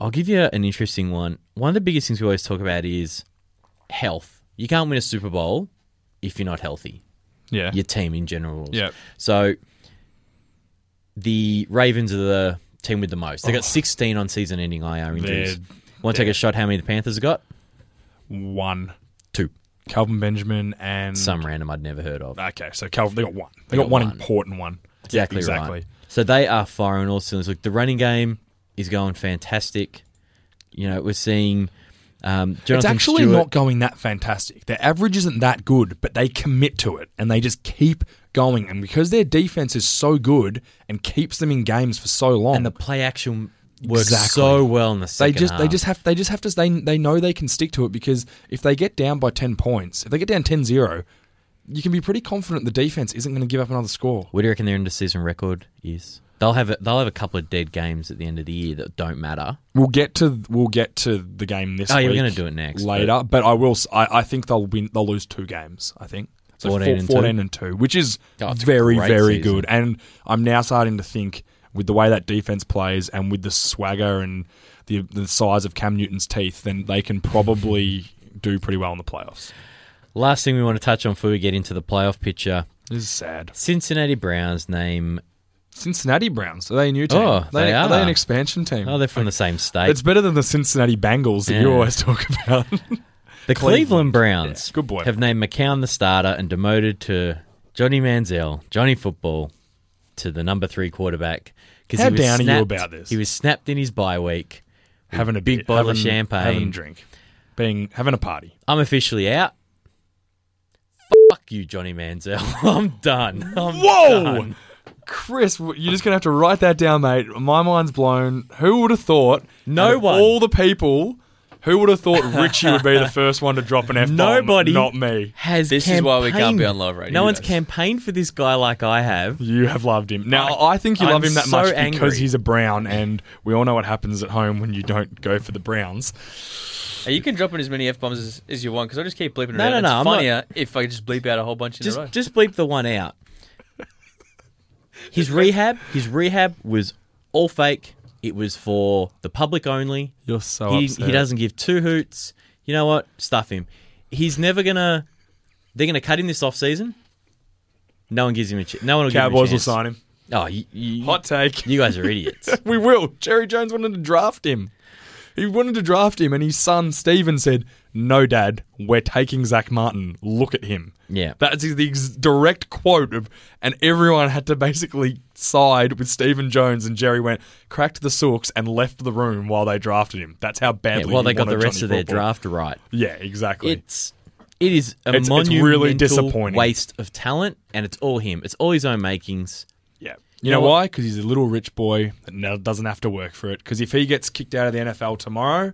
[SPEAKER 2] I'll give you an interesting one. One of the biggest things we always talk about is health. You can't win a Super Bowl if you're not healthy.
[SPEAKER 3] Yeah.
[SPEAKER 2] Your team in general.
[SPEAKER 3] Yep.
[SPEAKER 2] So the Ravens are the team with the most. They got 16 on season-ending IR injuries.
[SPEAKER 3] Oh. They're-
[SPEAKER 2] Want to take a shot? How many the Panthers have got?
[SPEAKER 3] One.
[SPEAKER 2] Two.
[SPEAKER 3] Calvin Benjamin and
[SPEAKER 2] Some random I'd never heard of.
[SPEAKER 3] Okay, so Calvin they got one. They, got,
[SPEAKER 2] got
[SPEAKER 3] one,
[SPEAKER 2] one.
[SPEAKER 3] important one.
[SPEAKER 2] Exactly,
[SPEAKER 3] Exactly.
[SPEAKER 2] right. So they are firing all cylinders. Look, the running game is going fantastic. You know, we're seeing um, Jonathan
[SPEAKER 3] It's actually
[SPEAKER 2] Stewart.
[SPEAKER 3] not going that fantastic. Their average isn't that good, but they commit to it and they just keep going. And because their defense is so good and keeps them in games for so long,
[SPEAKER 2] and the play action works
[SPEAKER 3] Exactly.
[SPEAKER 2] so well in the
[SPEAKER 3] they
[SPEAKER 2] second
[SPEAKER 3] just they
[SPEAKER 2] half.
[SPEAKER 3] just have they just have to they they know they can stick to it because if they get down by 10 points, if they get down 10-0, you can be pretty confident the defense isn't going to give up another score.
[SPEAKER 2] What do you reckon their end of season record is? They'll have a, they'll have a couple of dead games at the end of the year that don't matter.
[SPEAKER 3] We'll get to we'll get to the game this
[SPEAKER 2] Oh,
[SPEAKER 3] week.
[SPEAKER 2] yeah, we're gonna do it next,
[SPEAKER 3] later. But, I will. s- I, I think they'll win. They'll lose two games. I think so
[SPEAKER 2] 14 and two?
[SPEAKER 3] 14 and two, which is
[SPEAKER 2] Oh, it's a
[SPEAKER 3] very
[SPEAKER 2] great
[SPEAKER 3] very
[SPEAKER 2] season.
[SPEAKER 3] good. And I'm now starting to think with the way that defense plays and with the swagger and the the size of Cam Newton's teeth, then they can probably do pretty well in the playoffs.
[SPEAKER 2] Last thing we want to touch on before we get into the playoff picture
[SPEAKER 3] This is sad.
[SPEAKER 2] Cincinnati Browns name.
[SPEAKER 3] Cincinnati Browns. Are they a new team?
[SPEAKER 2] Oh, they
[SPEAKER 3] are. they
[SPEAKER 2] are.
[SPEAKER 3] an expansion team?
[SPEAKER 2] Oh, they're from the same state.
[SPEAKER 3] it's better than the Cincinnati Bengals that you
[SPEAKER 2] Yeah.
[SPEAKER 3] always (laughs) talk about.
[SPEAKER 2] the Cleveland,
[SPEAKER 3] Cleveland.
[SPEAKER 2] Browns.
[SPEAKER 3] Yeah, good boy.
[SPEAKER 2] Have named McCown the starter and demoted to Johnny Manziel, Johnny Football, to the number three quarterback. 'cause
[SPEAKER 3] How
[SPEAKER 2] he was
[SPEAKER 3] down are you
[SPEAKER 2] snapped-
[SPEAKER 3] about this?
[SPEAKER 2] He was snapped in his bye week.
[SPEAKER 3] having (laughs) a
[SPEAKER 2] Big
[SPEAKER 3] beer,
[SPEAKER 2] bottle of
[SPEAKER 3] having-
[SPEAKER 2] champagne.
[SPEAKER 3] having a drink, being having a party.
[SPEAKER 2] I'm officially out. Fuck you, Johnny Manziel. (laughs) I'm done. I'm
[SPEAKER 3] Whoa!
[SPEAKER 2] done.
[SPEAKER 3] Chris, w- you're just gonna have to write that down, mate. My mind's blown. Who would have thought?
[SPEAKER 2] No
[SPEAKER 3] out of
[SPEAKER 2] one.
[SPEAKER 3] All the people. Who would have thought Richie would be
[SPEAKER 2] (laughs)
[SPEAKER 3] the first one to drop an F bomb?
[SPEAKER 2] Nobody.
[SPEAKER 3] Not me.
[SPEAKER 2] Has
[SPEAKER 4] This is why we can't be
[SPEAKER 2] campaigned-
[SPEAKER 4] on live radio,
[SPEAKER 2] No one's
[SPEAKER 4] guys.
[SPEAKER 2] campaigned for this guy like I have.
[SPEAKER 3] You have loved him. Now, I, think you
[SPEAKER 2] I'm
[SPEAKER 3] love him that
[SPEAKER 2] so
[SPEAKER 3] much
[SPEAKER 2] angry.
[SPEAKER 3] because he's a Brown, and we all know what happens at home when you don't go for the Browns.
[SPEAKER 4] Hey, you can drop in as many f bombs as, as you want because I just keep bleeping
[SPEAKER 2] No, no,
[SPEAKER 4] around.
[SPEAKER 2] no,
[SPEAKER 4] It's
[SPEAKER 2] I'm not-
[SPEAKER 4] funnier if I just bleep out a whole bunch in a row.
[SPEAKER 2] Just just bleep the one out. His rehab, his rehab was all fake. It was for the public only.
[SPEAKER 3] You're so
[SPEAKER 2] he, he doesn't give two hoots. You know what? Stuff him. He's never gonna. They're gonna cut him this off season. No one gives him a chance. No one will give him a
[SPEAKER 3] Cowboys will
[SPEAKER 2] chance.
[SPEAKER 3] sign him.
[SPEAKER 2] Oh, you, you,
[SPEAKER 3] Hot take.
[SPEAKER 2] you guys are
[SPEAKER 3] (laughs)
[SPEAKER 2] idiots.
[SPEAKER 3] we will. Jerry Jones wanted to draft him. He wanted to draft him, and his son Steven said, "No, Dad, we're taking Zach Martin. Look at him."
[SPEAKER 2] Yeah.
[SPEAKER 3] that's the ex- direct quote of, and everyone had to basically side with Steven Jones. And Jerry went, cracked the sooks, and left the room while they drafted him. That's how
[SPEAKER 2] Yeah,
[SPEAKER 3] badly.
[SPEAKER 2] well,
[SPEAKER 3] he
[SPEAKER 2] they got the
[SPEAKER 3] wanted
[SPEAKER 2] rest
[SPEAKER 3] Johnny
[SPEAKER 2] of their
[SPEAKER 3] Football.
[SPEAKER 2] draft right.
[SPEAKER 3] Yeah, exactly.
[SPEAKER 2] It's it is a
[SPEAKER 3] It's- it's really
[SPEAKER 2] monumental
[SPEAKER 3] disappointing.
[SPEAKER 2] waste of talent, and it's all him. It's all his own makings.
[SPEAKER 3] Yeah. You know
[SPEAKER 2] Well-
[SPEAKER 3] why? Because he's a little rich boy that now doesn't have to work for it. Because if he gets kicked out of the NFL tomorrow,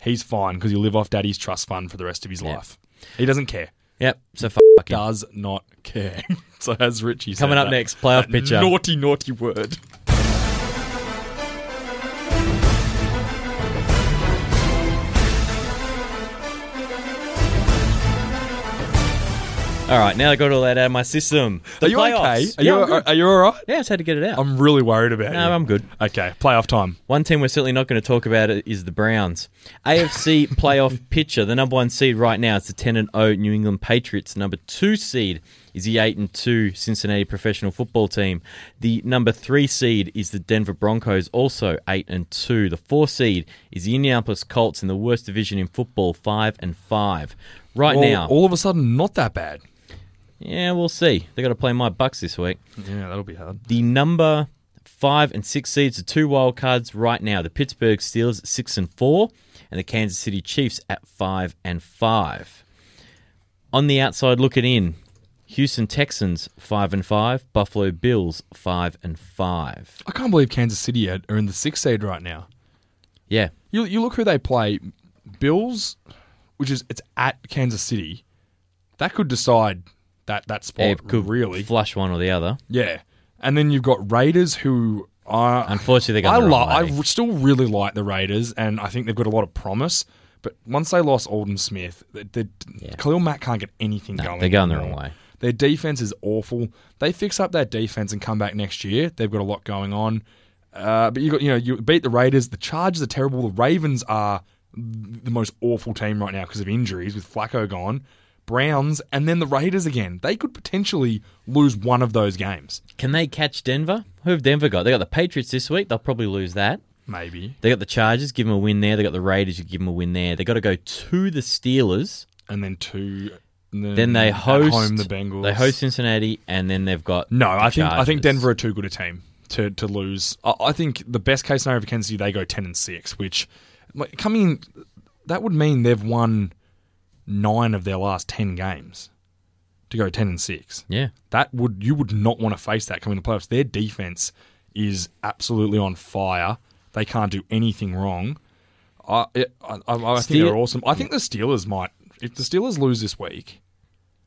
[SPEAKER 3] he's fine because he'll live off daddy's trust fund for the rest of his life. He doesn't care.
[SPEAKER 2] Yep. So
[SPEAKER 3] (laughs)
[SPEAKER 2] f- him.
[SPEAKER 3] Does not care. (laughs) so as Richie said
[SPEAKER 2] Coming up
[SPEAKER 3] that-
[SPEAKER 2] next, playoff
[SPEAKER 3] that
[SPEAKER 2] picture.
[SPEAKER 3] Naughty, naughty word.
[SPEAKER 2] all right, now I got all that out of my system. The
[SPEAKER 3] Are you okay?
[SPEAKER 2] playoffs.
[SPEAKER 3] Are
[SPEAKER 2] yeah,
[SPEAKER 3] you
[SPEAKER 2] I'm good.
[SPEAKER 3] are you all right?
[SPEAKER 2] yeah, I just had to get it out.
[SPEAKER 3] I'm really worried about you.
[SPEAKER 2] no, I'm good.
[SPEAKER 3] Okay, playoff time.
[SPEAKER 2] One team we're certainly not going to talk about it is the Browns.
[SPEAKER 3] (laughs)
[SPEAKER 2] AFC playoff picture. The number one seed right now is the 10 and 0 New England Patriots. The number two seed is the 8 and 2 Cincinnati professional football team. The number three seed is the Denver Broncos, also 8 and 2. The four seed is the Indianapolis Colts in the worst division in football, 5 and 5. Right
[SPEAKER 3] Well,
[SPEAKER 2] now,
[SPEAKER 3] all of a sudden, not that bad.
[SPEAKER 2] yeah, we'll see. They got to play my Bucks this week
[SPEAKER 3] Yeah, that'll be hard.
[SPEAKER 2] the number five and six seeds are two wild cards right now. The Pittsburgh Steelers at six and four, and the Kansas City Chiefs at five and five. On the outside looking in, Houston Texans five and five, Buffalo Bills five and five.
[SPEAKER 3] I can't believe Kansas City are are in the sixth seed right now.
[SPEAKER 2] Yeah,
[SPEAKER 3] You you look who they play, Bills, which is it's at Kansas City. That could decide that that spot
[SPEAKER 2] it could
[SPEAKER 3] really.
[SPEAKER 2] flush one or the other.
[SPEAKER 3] yeah, and then you've got Raiders who are
[SPEAKER 2] Unfortunately, they're
[SPEAKER 3] I
[SPEAKER 2] going.
[SPEAKER 3] lo-
[SPEAKER 2] I,
[SPEAKER 3] I r- still really like the Raiders, and I think they've got a lot of promise. But once they lost Alden Smith, they, they, Khalil Mack can't get anything going.
[SPEAKER 2] they're going the wrong
[SPEAKER 3] anymore.
[SPEAKER 2] way.
[SPEAKER 3] Their defense is awful. They fix up that defense and come back next year. They've got a lot going on. Uh, but you got you know you beat the Raiders. The Chargers are terrible. The Ravens are the most awful team right now because of injuries with Flacco gone. Browns and then the Raiders again. They could potentially lose one of those games.
[SPEAKER 2] Can they catch Denver? Who have Denver got? They got the Patriots this week. They'll probably lose that.
[SPEAKER 3] Maybe
[SPEAKER 2] They got the Chargers. Give them a win there. They got the Raiders. You give them a win there. They got to go to the Steelers.
[SPEAKER 3] and then two. and
[SPEAKER 2] Then they
[SPEAKER 3] at
[SPEAKER 2] host
[SPEAKER 3] home the Bengals.
[SPEAKER 2] They host Cincinnati, and then they've got
[SPEAKER 3] No,
[SPEAKER 2] the
[SPEAKER 3] I think I
[SPEAKER 2] Chargers.
[SPEAKER 3] think Denver are too good a team to, to lose. I, I think the best case scenario for Kansas City, they go ten and six, which like, coming that would mean they've won nine of their last ten games to go ten and six.
[SPEAKER 2] Yeah,
[SPEAKER 3] That would you would not want to face that coming to the playoffs. Their defense is absolutely on fire. They can't do anything wrong. I it, I, I, I think
[SPEAKER 2] Steel-
[SPEAKER 3] they're awesome. I think the Steelers might. If the Steelers lose this week,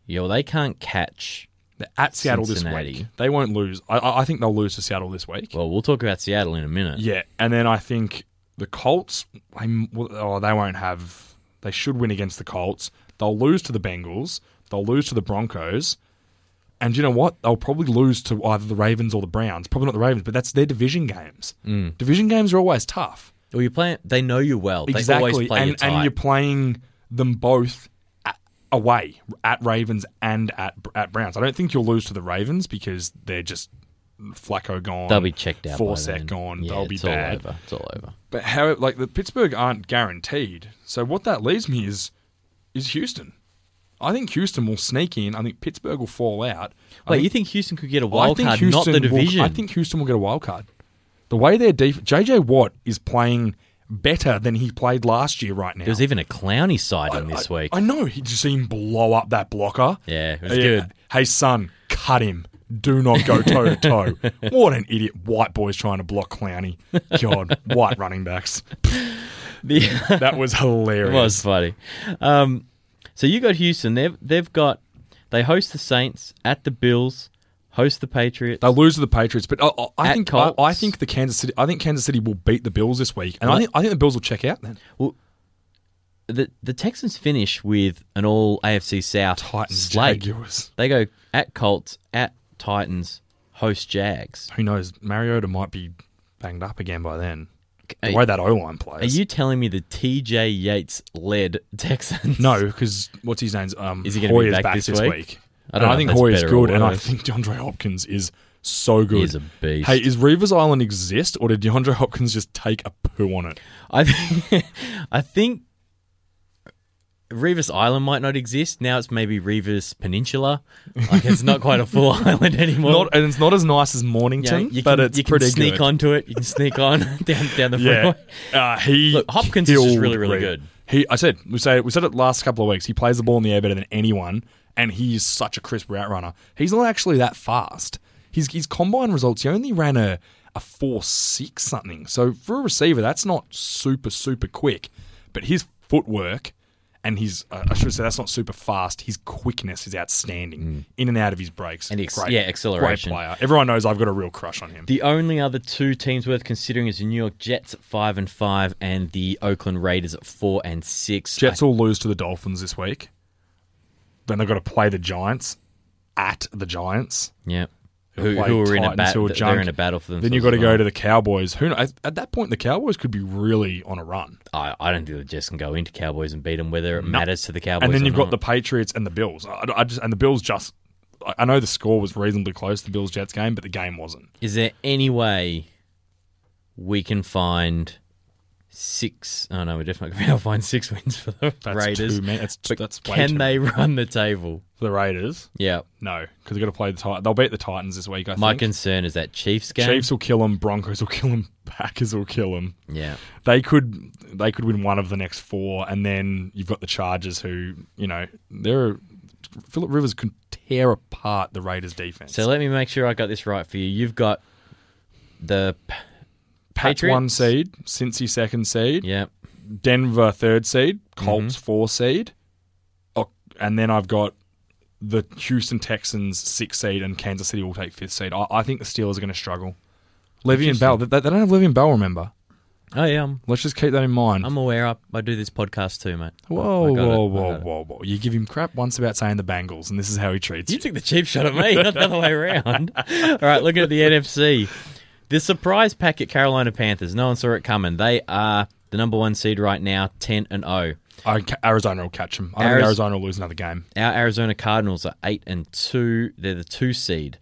[SPEAKER 2] yeah. Well, they can't catch.
[SPEAKER 3] they're at Seattle
[SPEAKER 2] Cincinnati.
[SPEAKER 3] this week. They won't lose. I- I, I think they'll lose to Seattle this week.
[SPEAKER 2] Well, we'll talk about Seattle in a minute.
[SPEAKER 3] Yeah, and then I think the Colts. I m- well, oh, they won't have. They should win against the Colts. They'll lose to the Bengals. They'll lose to the Broncos. And you know what? They'll probably lose to either the Ravens or the Browns. Probably not the Ravens, but that's their division games. Division games are always tough.
[SPEAKER 2] Well, you play. They know you well. They
[SPEAKER 3] Exactly.
[SPEAKER 2] always play
[SPEAKER 3] and,
[SPEAKER 2] you
[SPEAKER 3] and
[SPEAKER 2] tight.
[SPEAKER 3] you're playing them both at, away at Ravens and at at Browns. I don't think you'll lose to the Ravens because they're just Flacco gone.
[SPEAKER 2] They'll be checked out. by
[SPEAKER 3] Forsett
[SPEAKER 2] then.
[SPEAKER 3] gone.
[SPEAKER 2] Yeah,
[SPEAKER 3] They'll be
[SPEAKER 2] it's
[SPEAKER 3] bad.
[SPEAKER 2] All over. It's all over.
[SPEAKER 3] But how like the Pittsburgh aren't guaranteed. So what that leaves me is is Houston. I think Houston will sneak in. I think Pittsburgh will fall out. I
[SPEAKER 2] Wait,
[SPEAKER 3] think,
[SPEAKER 2] you think Houston could get a
[SPEAKER 3] I
[SPEAKER 2] wild
[SPEAKER 3] think
[SPEAKER 2] card, not the
[SPEAKER 3] Houston will-
[SPEAKER 2] division?
[SPEAKER 3] I think Houston will get a wild card. The way their def- JJ Watt is playing better than he played last year right now.
[SPEAKER 2] there was even a clowny side in
[SPEAKER 3] I-
[SPEAKER 2] this
[SPEAKER 3] I,
[SPEAKER 2] week.
[SPEAKER 3] I know he just seen blow up that blocker.
[SPEAKER 2] Yeah, it was
[SPEAKER 3] Uh,
[SPEAKER 2] good. (laughs)
[SPEAKER 3] Hey son, cut him. Do not go toe to toe.
[SPEAKER 2] (laughs)
[SPEAKER 3] What an idiot! White boys trying to block Clowney. God, white running backs.
[SPEAKER 2] The-
[SPEAKER 3] That was
[SPEAKER 2] It
[SPEAKER 3] hilarious.
[SPEAKER 2] was funny. Um, so you got Houston. They've they've got they host the Saints at the Bills, host the Patriots.
[SPEAKER 3] They lose to the Patriots, but I, I- I
[SPEAKER 2] At
[SPEAKER 3] think I, I
[SPEAKER 2] Colts.
[SPEAKER 3] think the Kansas City. I think Kansas City will beat the Bills this week, and I
[SPEAKER 2] Well-
[SPEAKER 3] think I think the Bills will check out then.
[SPEAKER 2] the the Texans finish with an all AFC South
[SPEAKER 3] Titans,
[SPEAKER 2] slate.
[SPEAKER 3] Jaguars.
[SPEAKER 2] They go at Colts, at Titans, host Jags.
[SPEAKER 3] Who knows? Mariota might be banged up again by then. The
[SPEAKER 2] Are-
[SPEAKER 3] way that O line
[SPEAKER 2] Are
[SPEAKER 3] plays.
[SPEAKER 2] you telling me the TJ Yates led Texans?
[SPEAKER 3] No, because what's his name's um,
[SPEAKER 2] Is he gonna be
[SPEAKER 3] Hoyer's
[SPEAKER 2] back
[SPEAKER 3] back
[SPEAKER 2] this
[SPEAKER 3] this,
[SPEAKER 2] week?
[SPEAKER 3] week.
[SPEAKER 2] I
[SPEAKER 3] I
[SPEAKER 2] don't
[SPEAKER 3] don't
[SPEAKER 2] know
[SPEAKER 3] I
[SPEAKER 2] if
[SPEAKER 3] think
[SPEAKER 2] that's
[SPEAKER 3] Hoyer's
[SPEAKER 2] better or
[SPEAKER 3] good, and I
[SPEAKER 2] worse.
[SPEAKER 3] think DeAndre Hopkins is so good.
[SPEAKER 2] He's a beast.
[SPEAKER 3] Hey, is Reavers Island exist, or did DeAndre Hopkins just take a poo on it?
[SPEAKER 2] (laughs) I think I think Revis Island might not exist now. It's maybe Revis Peninsula. Like it's not quite a full (laughs) island anymore.
[SPEAKER 3] not, and it's not as nice as Mornington,
[SPEAKER 2] you
[SPEAKER 3] but
[SPEAKER 2] can,
[SPEAKER 3] it's
[SPEAKER 2] you can
[SPEAKER 3] pretty
[SPEAKER 2] sneak
[SPEAKER 3] good.
[SPEAKER 2] onto it. You can sneak on (laughs) down down the
[SPEAKER 3] Yeah,
[SPEAKER 2] freeway.
[SPEAKER 3] uh, he
[SPEAKER 2] (laughs) Look, Hopkins is just
[SPEAKER 3] killed
[SPEAKER 2] really, really
[SPEAKER 3] Reed.
[SPEAKER 2] good.
[SPEAKER 3] He, I said, we said, we said it last couple of weeks. He plays the ball in the air better than anyone, and he is such a crisp route runner. He's not actually that fast. His his combine results, he only ran a a four six something. So for a receiver, that's not super super quick, but his footwork. And his, uh, I should have said that's not super fast. His quickness is outstanding in and out of his breaks.
[SPEAKER 2] Mm. And the ex-
[SPEAKER 3] Great-
[SPEAKER 2] yeah,
[SPEAKER 3] great
[SPEAKER 2] acceleration.
[SPEAKER 3] player. Everyone knows I've got a real crush on him.
[SPEAKER 2] The only other two teams worth considering is the New York Jets at five and five, and the Oakland Raiders at four and six.
[SPEAKER 3] Jets will lose to the Dolphins this week. Then they've got to play the Giants at the Giants.
[SPEAKER 2] I- yeah,
[SPEAKER 3] They'll
[SPEAKER 2] who,
[SPEAKER 3] play
[SPEAKER 2] who are in a
[SPEAKER 3] Titans,
[SPEAKER 2] battle?
[SPEAKER 3] who are
[SPEAKER 2] They're
[SPEAKER 3] junk.
[SPEAKER 2] in a battle for them.
[SPEAKER 3] Then you've got to go to the Cowboys. Who kn- at at that point the Cowboys could be really on a run.
[SPEAKER 2] I, I don't think the Jets can go into Cowboys and beat them, whether it matters to the Cowboys.
[SPEAKER 3] And then
[SPEAKER 2] or
[SPEAKER 3] you've got
[SPEAKER 2] not.
[SPEAKER 3] the Patriots and the Bills. I, I just and the Bills just. I- I know the score was reasonably close, the Bills Jets game, but the game wasn't.
[SPEAKER 2] Is there any way we can find six? Oh no, we're definitely (laughs) going to find six wins for the
[SPEAKER 3] That's
[SPEAKER 2] Raiders.
[SPEAKER 3] too many. That's,
[SPEAKER 2] But
[SPEAKER 3] that's way
[SPEAKER 2] can
[SPEAKER 3] too
[SPEAKER 2] they run the table?
[SPEAKER 3] the Raiders?
[SPEAKER 2] Yeah.
[SPEAKER 3] No, because they've got to play the Titans. They'll beat the Titans this week. I
[SPEAKER 2] My
[SPEAKER 3] think.
[SPEAKER 2] concern is that Chiefs game.
[SPEAKER 3] Chiefs will kill them. Broncos will kill them. Packers will kill them.
[SPEAKER 2] Yeah.
[SPEAKER 3] they could they could win one of the next four, and then you've got the Chargers, who you know they're Philip Rivers could tear apart the Raiders defense.
[SPEAKER 2] So let me make sure I got this right for you. You've got the P-
[SPEAKER 3] Pats one
[SPEAKER 2] Patriots?
[SPEAKER 3] seed, Cincy second seed,
[SPEAKER 2] yeah. Mm-hmm.
[SPEAKER 3] Denver third seed, Colts four seed, oh, and then I've got the Houston Texans sixth seed, and Kansas City will take fifth seed. I, I think the Steelers are going to struggle. Levy and Bell, they, they don't have Levy and Bell. Remember,
[SPEAKER 2] Oh yeah, I'm,
[SPEAKER 3] let's just keep that in mind.
[SPEAKER 2] I'm aware. I, I do this podcast too, mate.
[SPEAKER 3] Whoa,
[SPEAKER 2] Oh, I got it.
[SPEAKER 3] Oh, whoa,
[SPEAKER 2] I
[SPEAKER 3] whoa,
[SPEAKER 2] got it.
[SPEAKER 3] whoa, whoa! You give him crap once about saying the Bengals, and this is how he treats
[SPEAKER 2] You
[SPEAKER 3] you.
[SPEAKER 2] took the cheap shot at me, not the other way around. (laughs) All right, looking at the NFC. The surprise packet Carolina Panthers. No one saw it coming. They are the number one seed right now, 10 and oh. 0.
[SPEAKER 3] I, Arizona will catch him. I don't
[SPEAKER 2] Ariz-
[SPEAKER 3] think Arizona will lose another game.
[SPEAKER 2] Our Arizona Cardinals are 8 and 2. They're the 2 seed.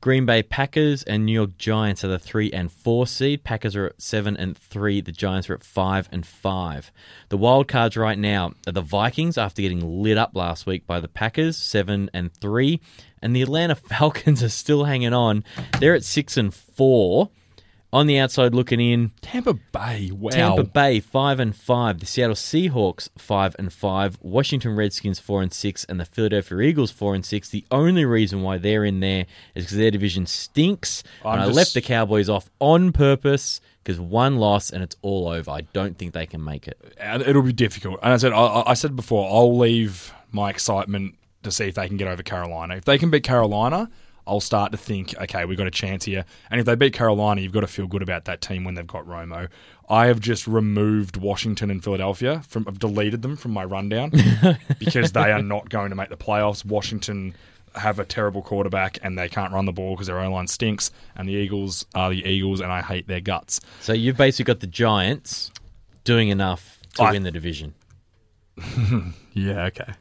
[SPEAKER 2] Green Bay Packers and New York Giants are the 3 and 4 seed. Packers are at 7 and 3. The Giants are at 5 and 5. The wild cards right now are the Vikings after getting lit up last week by the Packers, 7 and 3, and the Atlanta (laughs) Falcons are still hanging on. They're at 6 and 4. On the outside looking in,
[SPEAKER 3] Tampa Bay, wow.
[SPEAKER 2] Tampa Bay five and five, the Seattle Seahawks five and five, Washington Redskins four and six, and the Philadelphia Eagles four and six. The only reason why they're in there is because their division stinks.
[SPEAKER 3] I'm
[SPEAKER 2] and I
[SPEAKER 3] just-
[SPEAKER 2] left the Cowboys off on purpose because one loss and it's all over. I don't think they can make it.
[SPEAKER 3] And it'll be difficult. And I said, I, I said before, I'll leave my excitement to see if they can get over Carolina. If they can beat Carolina, I'll start to think, okay, we've got a chance here. And if they beat Carolina, you've got to feel good about that team when they've got Romo. I have just removed Washington and Philadelphia from. I've deleted them from my rundown because they are not going to make the playoffs. Washington have a terrible quarterback and they can't run the ball because their O line stinks. And the Eagles are the Eagles, and I hate their guts.
[SPEAKER 2] So you've basically got the Giants doing enough to
[SPEAKER 3] I-
[SPEAKER 2] win the division.
[SPEAKER 3] Yeah, okay.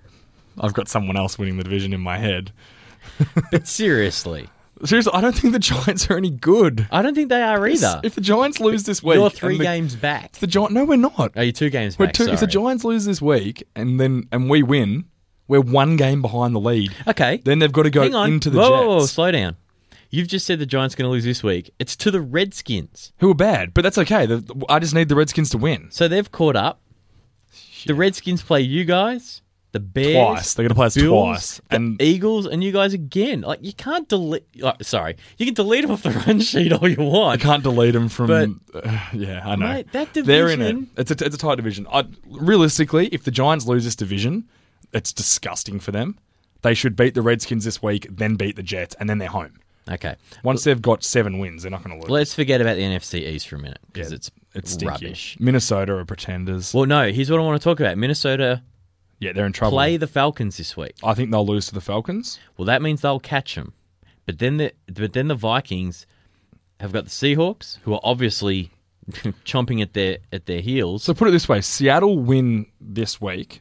[SPEAKER 3] I've got someone else winning the division in my head.
[SPEAKER 2] But seriously,
[SPEAKER 3] Seriously, I don't think the (laughs) Giants are any good.
[SPEAKER 2] I don't think they are either.
[SPEAKER 3] If the Giants lose this week,
[SPEAKER 2] You're
[SPEAKER 3] and
[SPEAKER 2] three
[SPEAKER 3] the,
[SPEAKER 2] games back.
[SPEAKER 3] if The Giants? No, we're not.
[SPEAKER 2] Are you two games
[SPEAKER 3] We're
[SPEAKER 2] back?
[SPEAKER 3] two, if the
[SPEAKER 2] sorry.
[SPEAKER 3] Giants lose this week and then and we win, we're one game behind the lead.
[SPEAKER 2] Okay.
[SPEAKER 3] Then they've got to go
[SPEAKER 2] Hang on.
[SPEAKER 3] into the
[SPEAKER 2] whoa,
[SPEAKER 3] Jets,
[SPEAKER 2] Whoa, whoa, slow down. You've just said the Giants are going to lose this week. It's to the Redskins.
[SPEAKER 3] who are bad, but that's okay. The- I just need the Redskins to win
[SPEAKER 2] So they've caught up. The Redskins play you guys, the Bears.
[SPEAKER 3] twice. They're going to play us
[SPEAKER 2] Bills,
[SPEAKER 3] twice,
[SPEAKER 2] the
[SPEAKER 3] and
[SPEAKER 2] Eagles, and you guys again. Like you can't delete. Like, sorry, you can delete them off the (laughs) run sheet all you
[SPEAKER 3] I
[SPEAKER 2] want.
[SPEAKER 3] can't delete them from. uh,
[SPEAKER 2] But-
[SPEAKER 3] yeah, I know.
[SPEAKER 2] Mate, that
[SPEAKER 3] They're in it.
[SPEAKER 2] division-
[SPEAKER 3] It's a, it's a tight division. I, realistically, if the Giants lose this division, it's disgusting for them. They should beat the Redskins this week, then beat the Jets, and then they're home.
[SPEAKER 2] Okay,
[SPEAKER 3] Once they've got seven wins, they're not going to lose.
[SPEAKER 2] let's forget about the NFC East for a minute because it's
[SPEAKER 3] It's stinky.
[SPEAKER 2] rubbish.
[SPEAKER 3] Minnesota are pretenders.
[SPEAKER 2] Well, no, here's what I want to talk about. Minnesota
[SPEAKER 3] yeah, they're in trouble.
[SPEAKER 2] play the Falcons this week.
[SPEAKER 3] I think they'll lose to the Falcons.
[SPEAKER 2] Well, that means they'll catch them. But then the but then the Vikings have got the Seahawks, who are obviously (laughs) chomping at their at their heels.
[SPEAKER 3] So put it this way: Seattle win this week,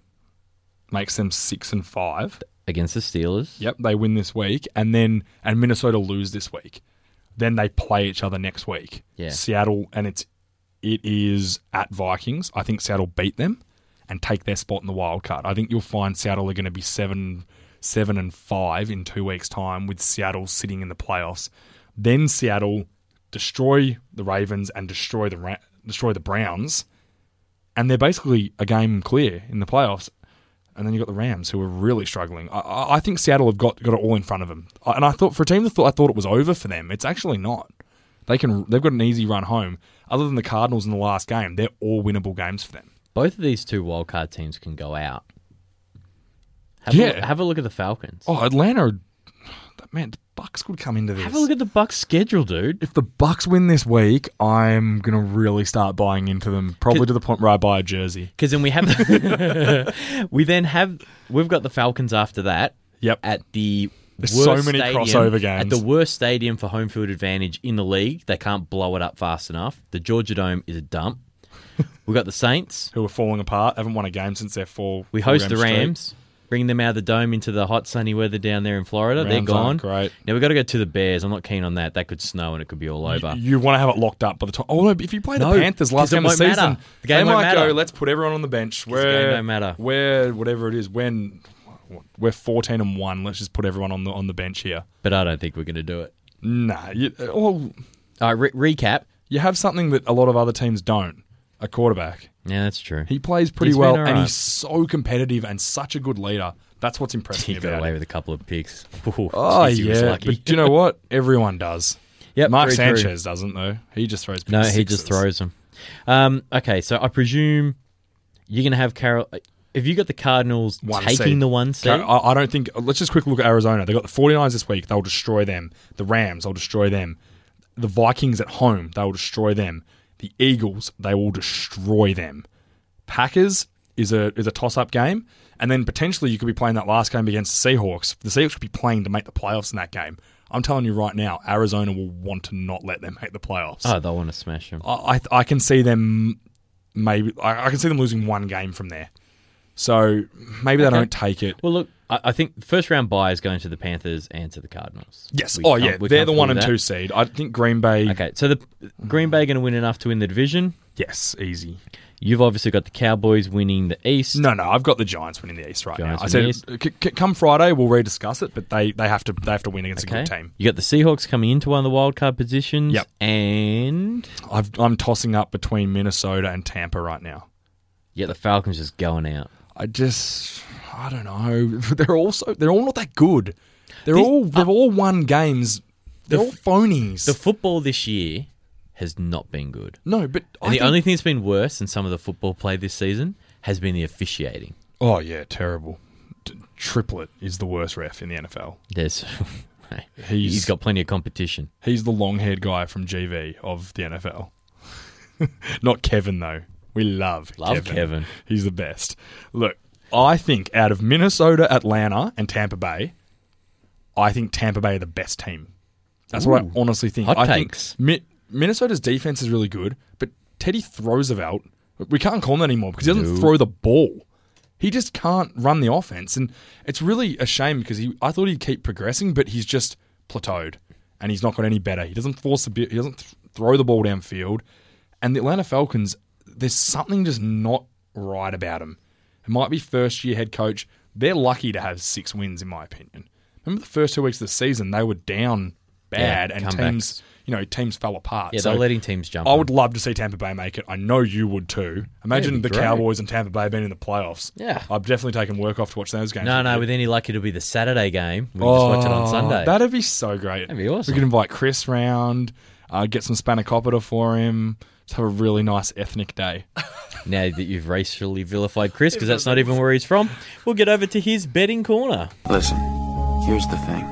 [SPEAKER 3] makes them six and five.
[SPEAKER 2] against the Steelers.
[SPEAKER 3] Yep, they win this week, and then and Minnesota lose this week. Then they play each other next week.
[SPEAKER 2] Yeah.
[SPEAKER 3] Seattle and it's it is at Vikings. I think Seattle beat them and take their spot in the wild card. I think you'll find Seattle are going to be seven seven and five in two weeks' time with Seattle sitting in the playoffs. Then Seattle destroy the Ravens and destroy the Ra- destroy the Browns, and they're basically a game clear in the playoffs. And then you got the Rams, who are really struggling. I- I, I think Seattle have got, got it all in front of them. I- And I thought for a team that thought I thought it was over for them, it's actually not. They can they've got an easy run home. Other than the Cardinals in the last game, they're all winnable games for them.
[SPEAKER 2] Both of these two wildcard teams can go out. Have
[SPEAKER 3] Yeah.
[SPEAKER 2] a look, have a look at the Falcons.
[SPEAKER 3] Oh, Atlanta, (sighs) man, the Bucks could come into this.
[SPEAKER 2] Have a look at the Bucks schedule, dude.
[SPEAKER 3] if the Bucks win this week, I'm gonna really start buying into them. Probably to the point where I buy a jersey.
[SPEAKER 2] Because then we have (laughs) we then have we've got the Falcons after that
[SPEAKER 3] Yep.
[SPEAKER 2] at the
[SPEAKER 3] There's
[SPEAKER 2] worst
[SPEAKER 3] so many
[SPEAKER 2] stadium-
[SPEAKER 3] crossover games.
[SPEAKER 2] at the worst stadium for home field advantage in the league. They can't blow it up fast enough. The Georgia Dome is a
[SPEAKER 3] (laughs)
[SPEAKER 2] dump. We've got the Saints.
[SPEAKER 3] who are falling apart? Haven't won a game since their fall.
[SPEAKER 2] We host the Rams, bring them out of the dome into the hot sunny weather down there in Florida. They're
[SPEAKER 3] Rams aren't
[SPEAKER 2] gone.
[SPEAKER 3] great.
[SPEAKER 2] Now we've got to go to the Bears. I'm not keen on that. That could snow and it could be all over.
[SPEAKER 3] You want to have it locked up by the time. Oh, no, if you play the
[SPEAKER 2] No,
[SPEAKER 3] Panthers last
[SPEAKER 2] 'cause it
[SPEAKER 3] game of the
[SPEAKER 2] won't
[SPEAKER 3] season,
[SPEAKER 2] matter. The game
[SPEAKER 3] they
[SPEAKER 2] won't
[SPEAKER 3] might go.
[SPEAKER 2] matter.
[SPEAKER 3] Let's put everyone on the bench.
[SPEAKER 2] the game
[SPEAKER 3] Where
[SPEAKER 2] don't matter.
[SPEAKER 3] Where whatever it is, when we're fourteen and one, let's just put everyone on the on the bench here.
[SPEAKER 2] But I don't think we're going to do it.
[SPEAKER 3] Nah, you, well,
[SPEAKER 2] All right, re- recap.
[SPEAKER 3] you have something that a lot of other teams don't. A quarterback.
[SPEAKER 2] Yeah, that's true.
[SPEAKER 3] He plays pretty
[SPEAKER 2] He's been
[SPEAKER 3] well,
[SPEAKER 2] all
[SPEAKER 3] and
[SPEAKER 2] right.
[SPEAKER 3] he's so competitive and such a good leader. That's what's impressive
[SPEAKER 2] He got
[SPEAKER 3] about
[SPEAKER 2] away
[SPEAKER 3] him.
[SPEAKER 2] with a couple of picks. (laughs) Ooh,
[SPEAKER 3] Oh
[SPEAKER 2] geez, he was
[SPEAKER 3] yeah,
[SPEAKER 2] lucky.
[SPEAKER 3] but do you know what? Everyone does.
[SPEAKER 2] (laughs) Yep,
[SPEAKER 3] Mark
[SPEAKER 2] very true.
[SPEAKER 3] Sanchez doesn't though. He just throws.
[SPEAKER 2] No, he just
[SPEAKER 3] sixes.
[SPEAKER 2] throws them. Um, okay, so I presume you're going to have Carol. Have you got the Cardinals
[SPEAKER 3] One
[SPEAKER 2] taking
[SPEAKER 3] seed.
[SPEAKER 2] the one seed?
[SPEAKER 3] Car- I, I don't think. Let's just quick look at Arizona. They got the 49ers this week. They'll destroy them. The Rams. They'll destroy them. The Vikings at home. They'll destroy them. The Eagles. They will destroy them. Packers is a is a toss up game, and then potentially you could be playing that last game against the Seahawks. The Seahawks could be playing to make the playoffs in that game. I'm telling you right now, Arizona will want to not let them make the playoffs.
[SPEAKER 2] oh, they'll want to smash him.
[SPEAKER 3] I I I can see them maybe I, I can see them losing one game from there. So maybe they don't take it.
[SPEAKER 2] Well, look, I, I think the first round buy is going to the Panthers and to the Cardinals.
[SPEAKER 3] Yes.
[SPEAKER 2] We
[SPEAKER 3] oh
[SPEAKER 2] can't-
[SPEAKER 3] yeah,
[SPEAKER 2] we
[SPEAKER 3] they're
[SPEAKER 2] can't
[SPEAKER 3] the one
[SPEAKER 2] fool
[SPEAKER 3] and
[SPEAKER 2] that.
[SPEAKER 3] two seed. I think Green Bay.
[SPEAKER 2] Okay, so the Green Bay going to win enough to win the division.
[SPEAKER 3] Yes, easy.
[SPEAKER 2] You've obviously got the Cowboys winning the East.
[SPEAKER 3] No, no, I've got the Giants winning the East right
[SPEAKER 2] Giants
[SPEAKER 3] now. I
[SPEAKER 2] win the
[SPEAKER 3] said c- c- come Friday we'll rediscuss it, but they they have to they have to win against
[SPEAKER 2] okay.
[SPEAKER 3] a good team.
[SPEAKER 2] You got the Seahawks coming into one of the wild card positions.
[SPEAKER 3] Yep.
[SPEAKER 2] And
[SPEAKER 3] I've, I'm tossing up between Minnesota and Tampa right now.
[SPEAKER 2] you got the Falcons just going out.
[SPEAKER 3] I just I don't know. (laughs) They're also they're all not that good. They're
[SPEAKER 2] These-
[SPEAKER 3] all they've all won games. They're all phonies.
[SPEAKER 2] The football this year has not been good.
[SPEAKER 3] no, but I
[SPEAKER 2] And the
[SPEAKER 3] think-
[SPEAKER 2] only thing that's been worse than some of the football played this season has been the officiating.
[SPEAKER 3] Oh yeah, terrible. T- Triplet is the worst ref in the NFL.
[SPEAKER 2] There's (laughs)
[SPEAKER 3] He's-
[SPEAKER 2] he's got plenty of competition.
[SPEAKER 3] He's the long-haired guy from GV of the NFL. (laughs) Not Kevin though. We love
[SPEAKER 2] Love
[SPEAKER 3] Kevin.
[SPEAKER 2] Kevin.
[SPEAKER 3] He's the best. Look, I think out of Minnesota, Atlanta, and Tampa Bay, I think Tampa Bay are the best team. That's what I honestly think.
[SPEAKER 2] Hot
[SPEAKER 3] I
[SPEAKER 2] takes.
[SPEAKER 3] think Mi- Minnesota's defense is really good, but Teddy Roosevelt, we can't call him that anymore because he doesn't
[SPEAKER 2] No.
[SPEAKER 3] throw the ball. He just can't run the offense, and it's really a shame because he. I thought he'd keep progressing, but he's just plateaued, and he's not got any better. He doesn't force the. bi- He doesn't th- throw the ball downfield, and the Atlanta Falcons. There's something just not right about them. It might be first year head coach. They're lucky to have six wins, in my opinion. Remember the first two weeks of the season, they were down bad,
[SPEAKER 2] Yeah,
[SPEAKER 3] and
[SPEAKER 2] comebacks.
[SPEAKER 3] teams, you know, teams fell apart.
[SPEAKER 2] Yeah,
[SPEAKER 3] So-
[SPEAKER 2] they're letting teams jump.
[SPEAKER 3] I
[SPEAKER 2] on.
[SPEAKER 3] would love to see Tampa Bay make it. I know you would too. Imagine
[SPEAKER 2] That'd
[SPEAKER 3] the
[SPEAKER 2] be great.
[SPEAKER 3] Cowboys and Tampa Bay being in the playoffs.
[SPEAKER 2] Yeah.
[SPEAKER 3] I've definitely taken work off to watch those games.
[SPEAKER 2] No, no. With any luck, it'll be the Saturday game. We can just watch it on
[SPEAKER 3] Oh,
[SPEAKER 2] Sunday.
[SPEAKER 3] That'd be so great.
[SPEAKER 2] That'd be awesome.
[SPEAKER 3] We could invite Chris round, uh, get some spanakopita for him. Just have a really nice ethnic
[SPEAKER 2] (laughs)
[SPEAKER 3] day.
[SPEAKER 2] Now that you've racially vilified Chris, because that's not even where he's from, we'll get over to his betting corner.
[SPEAKER 5] Listen, here's the thing.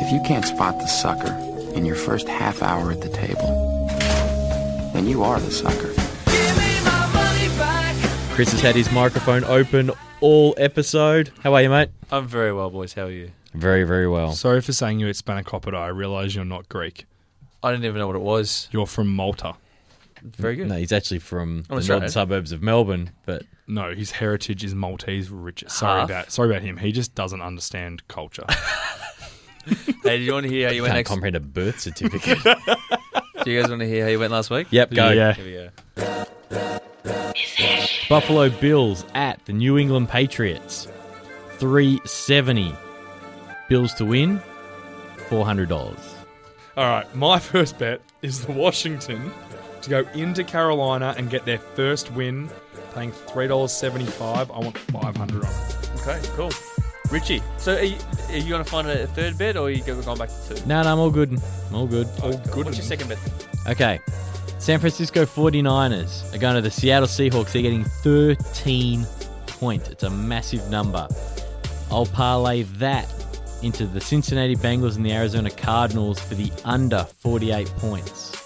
[SPEAKER 5] If you can't spot the sucker in your first half hour at the table, then you are the sucker.
[SPEAKER 2] Chris has had his microphone open all episode. How are you, mate?
[SPEAKER 4] I'm very well, boys. How are you?
[SPEAKER 2] Very, very well.
[SPEAKER 3] Sorry for saying you eat spanakopita. I realise you're not Greek.
[SPEAKER 4] I didn't even know what it was.
[SPEAKER 3] You're from Malta.
[SPEAKER 4] Very good.
[SPEAKER 2] No, he's actually from the
[SPEAKER 4] Australian.
[SPEAKER 2] northern suburbs of Melbourne, but
[SPEAKER 3] No, his heritage is Maltese riches. Sorry
[SPEAKER 4] Half.
[SPEAKER 3] about sorry about him. He just doesn't understand culture.
[SPEAKER 4] Hey, do you want to hear how you went
[SPEAKER 2] can't
[SPEAKER 4] next?
[SPEAKER 2] comprehend a birth certificate.
[SPEAKER 4] Do you guys want to hear how you went last week?
[SPEAKER 2] yep, go.
[SPEAKER 3] Yeah.
[SPEAKER 4] Here we go.
[SPEAKER 2] Buffalo Bills at the New England Patriots. 370. Bills to win, $400.
[SPEAKER 3] All right, my (laughs) first bet is the Washington to go into Carolina and get their first win, paying three dollars seventy-five. I want five hundred on it.
[SPEAKER 4] Okay, cool. Richie, so are you, are you going to find a third bet or are you going back to two?
[SPEAKER 2] No, no, I'm all good. I'm all Oh, good.
[SPEAKER 3] All good.
[SPEAKER 4] What's your second bet?
[SPEAKER 2] Okay. San Francisco 49ers are going to the Seattle Seahawks. They're getting 13 points. It's a massive number. I'll parlay that into the Cincinnati Bengals and the Arizona Cardinals for the under 48 points.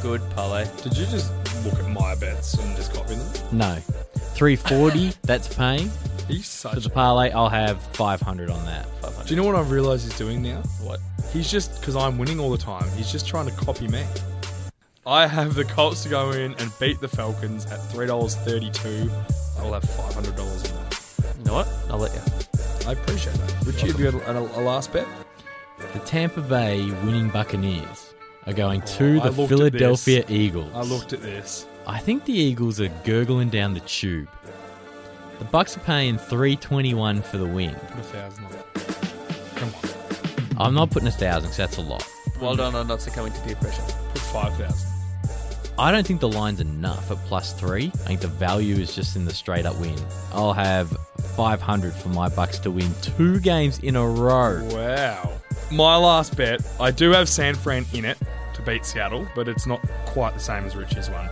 [SPEAKER 4] Good parlay.
[SPEAKER 3] Did you just look at my bets and just copy them?
[SPEAKER 2] No. 340, that's paying.
[SPEAKER 3] He's
[SPEAKER 2] For
[SPEAKER 3] such.
[SPEAKER 2] the parlay, I'll have 500 on that.
[SPEAKER 3] Do you know what I've realised he's doing now?
[SPEAKER 4] What?
[SPEAKER 3] He's just because I'm winning all the time. He's just trying to copy me. I have the Colts to go in and beat the Falcons at three dollars thirty-two. I will have five hundred dollars in that.
[SPEAKER 4] You know what? I'll let you.
[SPEAKER 3] I appreciate that. Richie, have you had a, a- a last bet?
[SPEAKER 2] The Tampa Bay winning Buccaneers are going to the
[SPEAKER 3] Oh, I looked at this.
[SPEAKER 2] Philadelphia Eagles.
[SPEAKER 3] I looked at this.
[SPEAKER 2] I think the Eagles are gurgling down the tube. The Bucks are paying 321 for the win.
[SPEAKER 3] Put a thousand on it. Come on.
[SPEAKER 2] I'm not putting a thousand because that's a lot.
[SPEAKER 4] Well done on not succumbing to peer pressure.
[SPEAKER 3] Put 5,000.
[SPEAKER 2] I don't think the line's enough at plus three. I think the value is just in the straight up win. I'll have 500 for my Bucks to win two games in a row.
[SPEAKER 3] Wow. My last bet, I do have San Fran in it to beat Seattle, but it's not quite the same as Richie's one.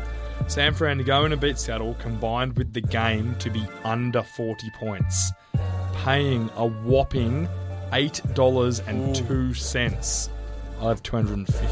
[SPEAKER 3] San Fran to go in and beat Seattle combined with the game to be under 40 points, paying a whopping $8.02. I have 250.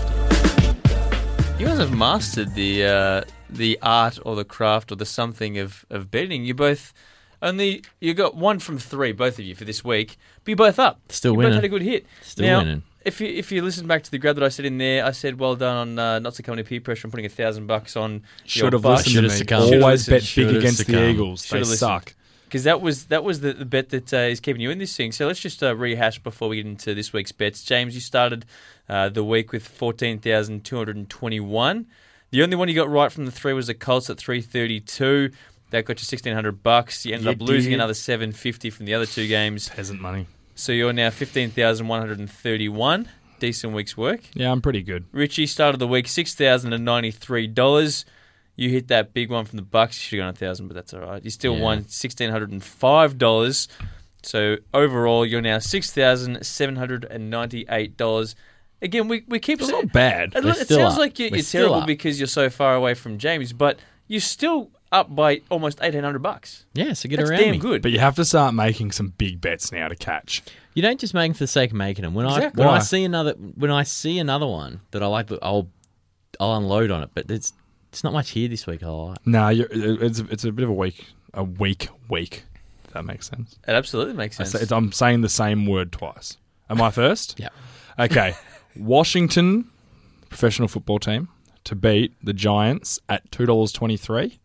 [SPEAKER 4] You guys have mastered the uh, the art or the craft or the something of, of betting. You both only you got one from three, both of you for this week. But you both up.
[SPEAKER 2] Still
[SPEAKER 4] you
[SPEAKER 2] winning.
[SPEAKER 4] Both had a good hit.
[SPEAKER 2] Still
[SPEAKER 4] Now,
[SPEAKER 2] winning.
[SPEAKER 4] If you if you listen back to the grab that I said in there, I said well done on uh, not succumbing to peer pressure and putting a thousand bucks on
[SPEAKER 3] Should have
[SPEAKER 2] listened to
[SPEAKER 3] listened
[SPEAKER 2] Should've me.
[SPEAKER 3] to
[SPEAKER 2] succumbed.
[SPEAKER 3] me. Always
[SPEAKER 2] Should've
[SPEAKER 3] bet
[SPEAKER 2] listened.
[SPEAKER 3] big
[SPEAKER 2] Should've
[SPEAKER 3] against the
[SPEAKER 2] succumbed.
[SPEAKER 3] Eagles. They
[SPEAKER 4] Should've listened.
[SPEAKER 3] suck.
[SPEAKER 4] because that was that was the, the bet that uh, is keeping you in this thing. So let's just uh, rehash before we get into this week's bets. James, you started uh, the week with fourteen thousand two hundred and twenty-one. The only one you got right from the three was the Colts at three thirty-two. That got you sixteen hundred bucks. You ended
[SPEAKER 3] You
[SPEAKER 4] up losing
[SPEAKER 3] did.
[SPEAKER 4] another seven fifty from the other two games.
[SPEAKER 3] Peasant money.
[SPEAKER 4] So you're now fifteen thousand one hundred and thirty-one. Decent week's work.
[SPEAKER 3] Yeah, I'm pretty good.
[SPEAKER 4] Richie started the week six thousand and ninety-three dollars. You hit that big one from the Bucks. You should have gone a thousand, but that's all right. You still
[SPEAKER 2] Yeah.
[SPEAKER 4] won sixteen hundred and five dollars. So overall, you're now six thousand seven hundred and ninety-eight dollars. Again, we, we keep
[SPEAKER 3] It's
[SPEAKER 4] saying
[SPEAKER 3] not bad.
[SPEAKER 4] it,
[SPEAKER 2] We're
[SPEAKER 4] it
[SPEAKER 2] still
[SPEAKER 4] sounds
[SPEAKER 2] up.
[SPEAKER 4] like you're,
[SPEAKER 2] We're
[SPEAKER 4] you're
[SPEAKER 2] still
[SPEAKER 4] terrible
[SPEAKER 2] up.
[SPEAKER 4] because you're so far away from James, but you're still up by almost eighteen hundred bucks.
[SPEAKER 2] Yeah, so get
[SPEAKER 4] That's
[SPEAKER 2] around
[SPEAKER 4] damn
[SPEAKER 2] me.
[SPEAKER 4] good.
[SPEAKER 3] But you have to start making some big bets now to catch.
[SPEAKER 2] You don't just make them for the sake of making them. When
[SPEAKER 3] Exactly.
[SPEAKER 2] I when I
[SPEAKER 3] Why?
[SPEAKER 2] see another when I see another one that I like, I'll I'll unload on it. But it's it's not much here this week. I like.
[SPEAKER 3] No, you're, it- it's it's a bit of a weak a weak week. If that makes sense.
[SPEAKER 4] it absolutely makes
[SPEAKER 3] I
[SPEAKER 4] sense.
[SPEAKER 3] say- it's- I'm saying the same word twice. Am I
[SPEAKER 2] (laughs)
[SPEAKER 3] first?
[SPEAKER 2] Yeah.
[SPEAKER 3] Okay. Washington professional football team to beat the Giants at two dollars twenty three.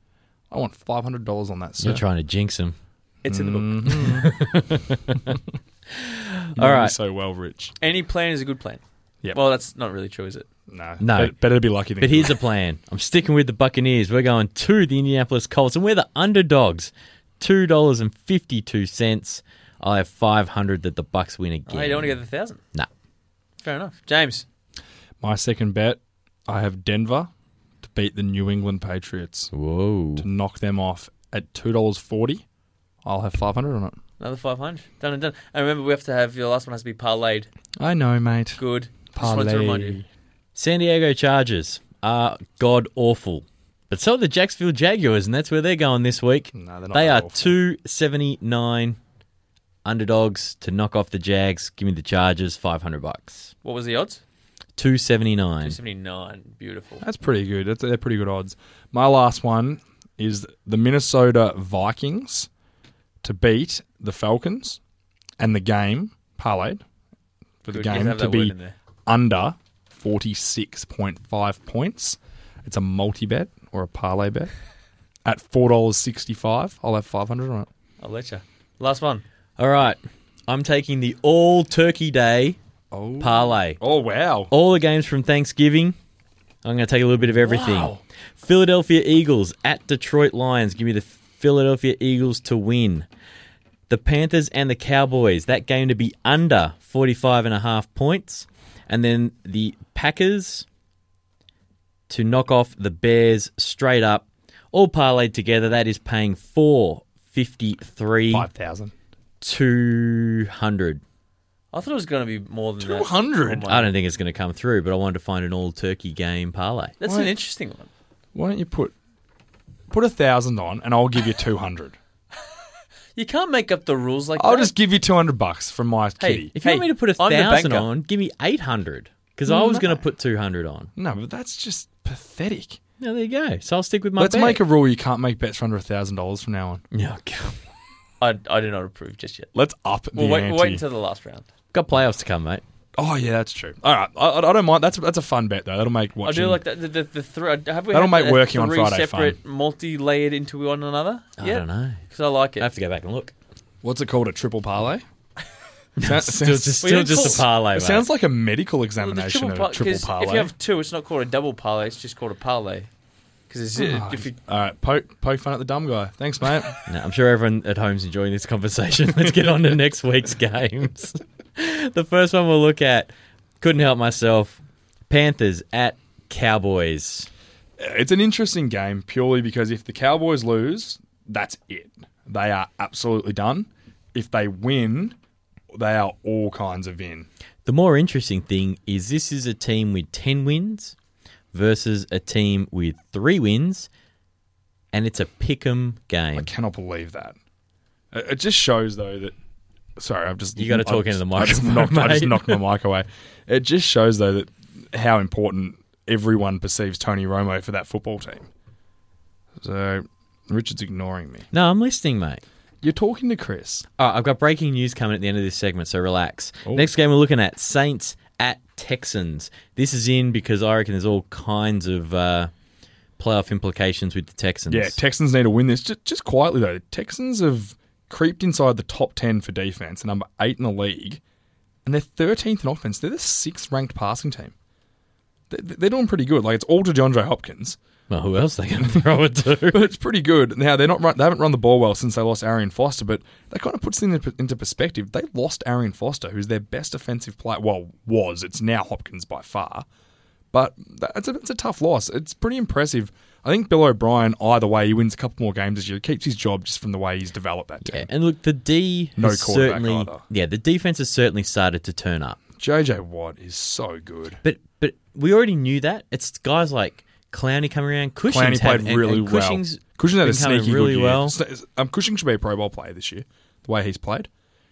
[SPEAKER 3] I want five hundred dollars on that. Sir.
[SPEAKER 2] You're trying to jinx them.
[SPEAKER 4] It's in the
[SPEAKER 2] mm-hmm.
[SPEAKER 4] book.
[SPEAKER 2] All right.
[SPEAKER 3] So well, Rich.
[SPEAKER 4] Any plan is a good plan.
[SPEAKER 3] Yep.
[SPEAKER 4] Well, that's not really true, is it?
[SPEAKER 3] No.
[SPEAKER 2] No.
[SPEAKER 3] Better, better to be lucky than
[SPEAKER 2] But
[SPEAKER 3] good.
[SPEAKER 2] here's the plan. I'm sticking with the Buccaneers. We're going to the Indianapolis Colts, and we're the underdogs. Two dollars and fifty-two cents. I have five hundred that the Bucks win again.
[SPEAKER 4] Oh, you don't want to get the thousand.
[SPEAKER 2] Nah.
[SPEAKER 4] Fair enough. James,
[SPEAKER 3] My second bet, I have Denver to beat the New England Patriots
[SPEAKER 2] Whoa.
[SPEAKER 3] to knock them off at two dollars forty. I'll have five hundred on it.
[SPEAKER 4] another five hundred. Done and done. And remember, we have to have your last one has to be parlayed.
[SPEAKER 3] I know, mate.
[SPEAKER 4] Good. Just wanted to remind you.
[SPEAKER 2] San Diego Chargers are god awful, but so are the Jacksonville Jaguars, and that's where they're going this week.
[SPEAKER 3] No, they're not
[SPEAKER 2] they
[SPEAKER 3] that
[SPEAKER 2] are
[SPEAKER 3] awful.
[SPEAKER 2] two seventy-nine underdogs to knock off the Jags. Give me the Chargers, five hundred bucks.
[SPEAKER 4] What was the odds?
[SPEAKER 2] Two seventy-nine.
[SPEAKER 4] Seventy nine. Beautiful.
[SPEAKER 3] That's pretty good. That's, they're pretty good odds. My last one is the Minnesota Vikings to beat the Falcons and the game parlayed for the
[SPEAKER 4] Good. You have
[SPEAKER 3] game
[SPEAKER 4] that
[SPEAKER 3] to
[SPEAKER 4] word
[SPEAKER 3] be
[SPEAKER 4] in there.
[SPEAKER 3] under 46.5 points. It's a multi bet or a parlay bet. At $4.65, I'll have 500 on it.
[SPEAKER 4] I'll let you. Last one.
[SPEAKER 2] All right, I'm taking the all turkey day
[SPEAKER 3] Oh.
[SPEAKER 2] parlay.
[SPEAKER 3] Oh, wow.
[SPEAKER 2] all the games from Thanksgiving. I'm going to take a little bit of everything.
[SPEAKER 4] Wow.
[SPEAKER 2] Philadelphia Eagles at Detroit Lions. Give me the Philadelphia Eagles to win. The Panthers and the Cowboys. That game to be under 45 and a half points. And then the Packers to knock off the Bears straight up. All parlayed together. That is paying 453
[SPEAKER 3] 5,000.
[SPEAKER 2] 200.
[SPEAKER 4] I thought it was going to be more than that.
[SPEAKER 3] 200?
[SPEAKER 4] Oh my-
[SPEAKER 2] I don't think it's going to come through, but I wanted to find an all turkey game parlay.
[SPEAKER 4] That's
[SPEAKER 3] Why-
[SPEAKER 4] an interesting one.
[SPEAKER 3] Why don't you put put a thousand on and I'll give you 200.
[SPEAKER 4] You can't make up the rules like
[SPEAKER 3] I'll
[SPEAKER 4] that.
[SPEAKER 3] just give you 200 bucks from my kitty.
[SPEAKER 2] If you
[SPEAKER 4] Hey,
[SPEAKER 2] want me to put a
[SPEAKER 4] I'm the
[SPEAKER 2] thousand
[SPEAKER 4] banker.
[SPEAKER 2] on, give me eight hundred because I was
[SPEAKER 3] No.
[SPEAKER 2] going to put two hundred on.
[SPEAKER 3] No, but that's just pathetic.
[SPEAKER 2] Yeah, there you go. So I'll stick with my.
[SPEAKER 3] Let's
[SPEAKER 2] bet.
[SPEAKER 3] make a rule you can't make bets for under $1,000 from now on.
[SPEAKER 2] Yeah, (laughs) God.
[SPEAKER 4] I, I do not approve just yet.
[SPEAKER 3] Let's up the
[SPEAKER 4] We'll wait, we'll wait
[SPEAKER 3] ante.
[SPEAKER 4] until the last round.
[SPEAKER 2] got playoffs to come, mate.
[SPEAKER 3] Oh, yeah, that's true. All right. I, I I don't mind. That's that's a fun bet, though. That'll make
[SPEAKER 4] I
[SPEAKER 3] watching.
[SPEAKER 4] do like that. The, the, the three, have we
[SPEAKER 3] That'll
[SPEAKER 4] had
[SPEAKER 3] make
[SPEAKER 4] the
[SPEAKER 3] working on
[SPEAKER 4] three
[SPEAKER 3] Friday
[SPEAKER 4] separate, multi-layered into one another?
[SPEAKER 2] I don't know.
[SPEAKER 4] because I like
[SPEAKER 2] I
[SPEAKER 4] it.
[SPEAKER 2] have to go back and look.
[SPEAKER 3] What's it called? A triple
[SPEAKER 4] (laughs)
[SPEAKER 3] parlay? Sounds-
[SPEAKER 2] Still just,
[SPEAKER 4] Well, you
[SPEAKER 2] still just a
[SPEAKER 4] call-
[SPEAKER 2] parlay.
[SPEAKER 3] It
[SPEAKER 2] mate.
[SPEAKER 3] sounds like a medical
[SPEAKER 4] Well, the
[SPEAKER 3] examination
[SPEAKER 4] par-
[SPEAKER 3] of a triple
[SPEAKER 4] 'cause
[SPEAKER 3] parlay.
[SPEAKER 4] If you have two, it's not called a double parlay. It's just called a parlay. Because
[SPEAKER 3] Oh,
[SPEAKER 4] if you
[SPEAKER 3] All right, poke poke fun at the dumb guy. Thanks, mate.
[SPEAKER 2] No, I'm sure everyone at home's enjoying this conversation. (laughs) Let's get on to next week's games. (laughs) the first one we'll look at. Couldn't help myself. Panthers at Cowboys.
[SPEAKER 3] it's an interesting game purely because if the Cowboys lose, that's it. They are absolutely done. If they win, they are all kinds of in.
[SPEAKER 2] The more interesting thing is this is a team with 10 wins versus a team with three wins, and it's a pick 'em
[SPEAKER 3] I
[SPEAKER 2] game.
[SPEAKER 3] cannot believe that. It it just shows though that. Sorry, I've just
[SPEAKER 2] You gotta
[SPEAKER 3] I
[SPEAKER 2] talk
[SPEAKER 3] just-
[SPEAKER 2] into the
[SPEAKER 3] I just
[SPEAKER 2] microphone,
[SPEAKER 3] knocked- I just
[SPEAKER 2] mate.
[SPEAKER 3] knocked my mic away. It just shows though that how important everyone perceives Tony Romo for that football team. So Richard's ignoring me.
[SPEAKER 2] No, I'm listening, mate.
[SPEAKER 3] You're talking to Chris.
[SPEAKER 2] All right, I've got breaking news coming at the end of this segment, so relax.
[SPEAKER 3] Oh.
[SPEAKER 2] Next game we're looking at Saints at Texans. This is in because I reckon there's all kinds of uh, playoff implications with the Texans.
[SPEAKER 3] Yeah, Texans need to win this. Just, just quietly though, Texans have creeped inside the top ten for defense, number eight in the league, and they're thirteenth in offense. They're the sixth ranked passing team. They- They're doing pretty good. Like it's all to DeAndre Hopkins.
[SPEAKER 2] well, who else they going to (laughs) throw it
[SPEAKER 3] (laughs)
[SPEAKER 2] to?
[SPEAKER 3] but it's pretty good. Now they're not run, they haven't run the ball well since they lost Arian Foster, but that kind of puts things into- into perspective. They lost Arian Foster, who's their best offensive player. Well, was it's now Hopkins by far, but that's a, it's a tough loss. It's pretty impressive. I think Bill O'Brien, either way, he wins a couple more games this year. He keeps his job just from the way he's developed that
[SPEAKER 2] Yeah,
[SPEAKER 3] team.
[SPEAKER 2] and look, the D
[SPEAKER 3] No
[SPEAKER 2] has
[SPEAKER 3] quarterback
[SPEAKER 2] certainly,
[SPEAKER 3] either.
[SPEAKER 2] yeah, the defense has certainly started to turn up.
[SPEAKER 3] JJ Watt is so good.
[SPEAKER 2] But but we already knew that. It's guys like Clowney coming around. Cushing's
[SPEAKER 3] Clowney played
[SPEAKER 2] had- and-
[SPEAKER 3] really
[SPEAKER 2] and Cushing's
[SPEAKER 3] well. Cushing's had a
[SPEAKER 2] been coming
[SPEAKER 3] sneaky
[SPEAKER 2] really
[SPEAKER 3] good year.
[SPEAKER 2] well.
[SPEAKER 3] S- Um, Cushing should be a Pro Bowl player this year. The way he's played,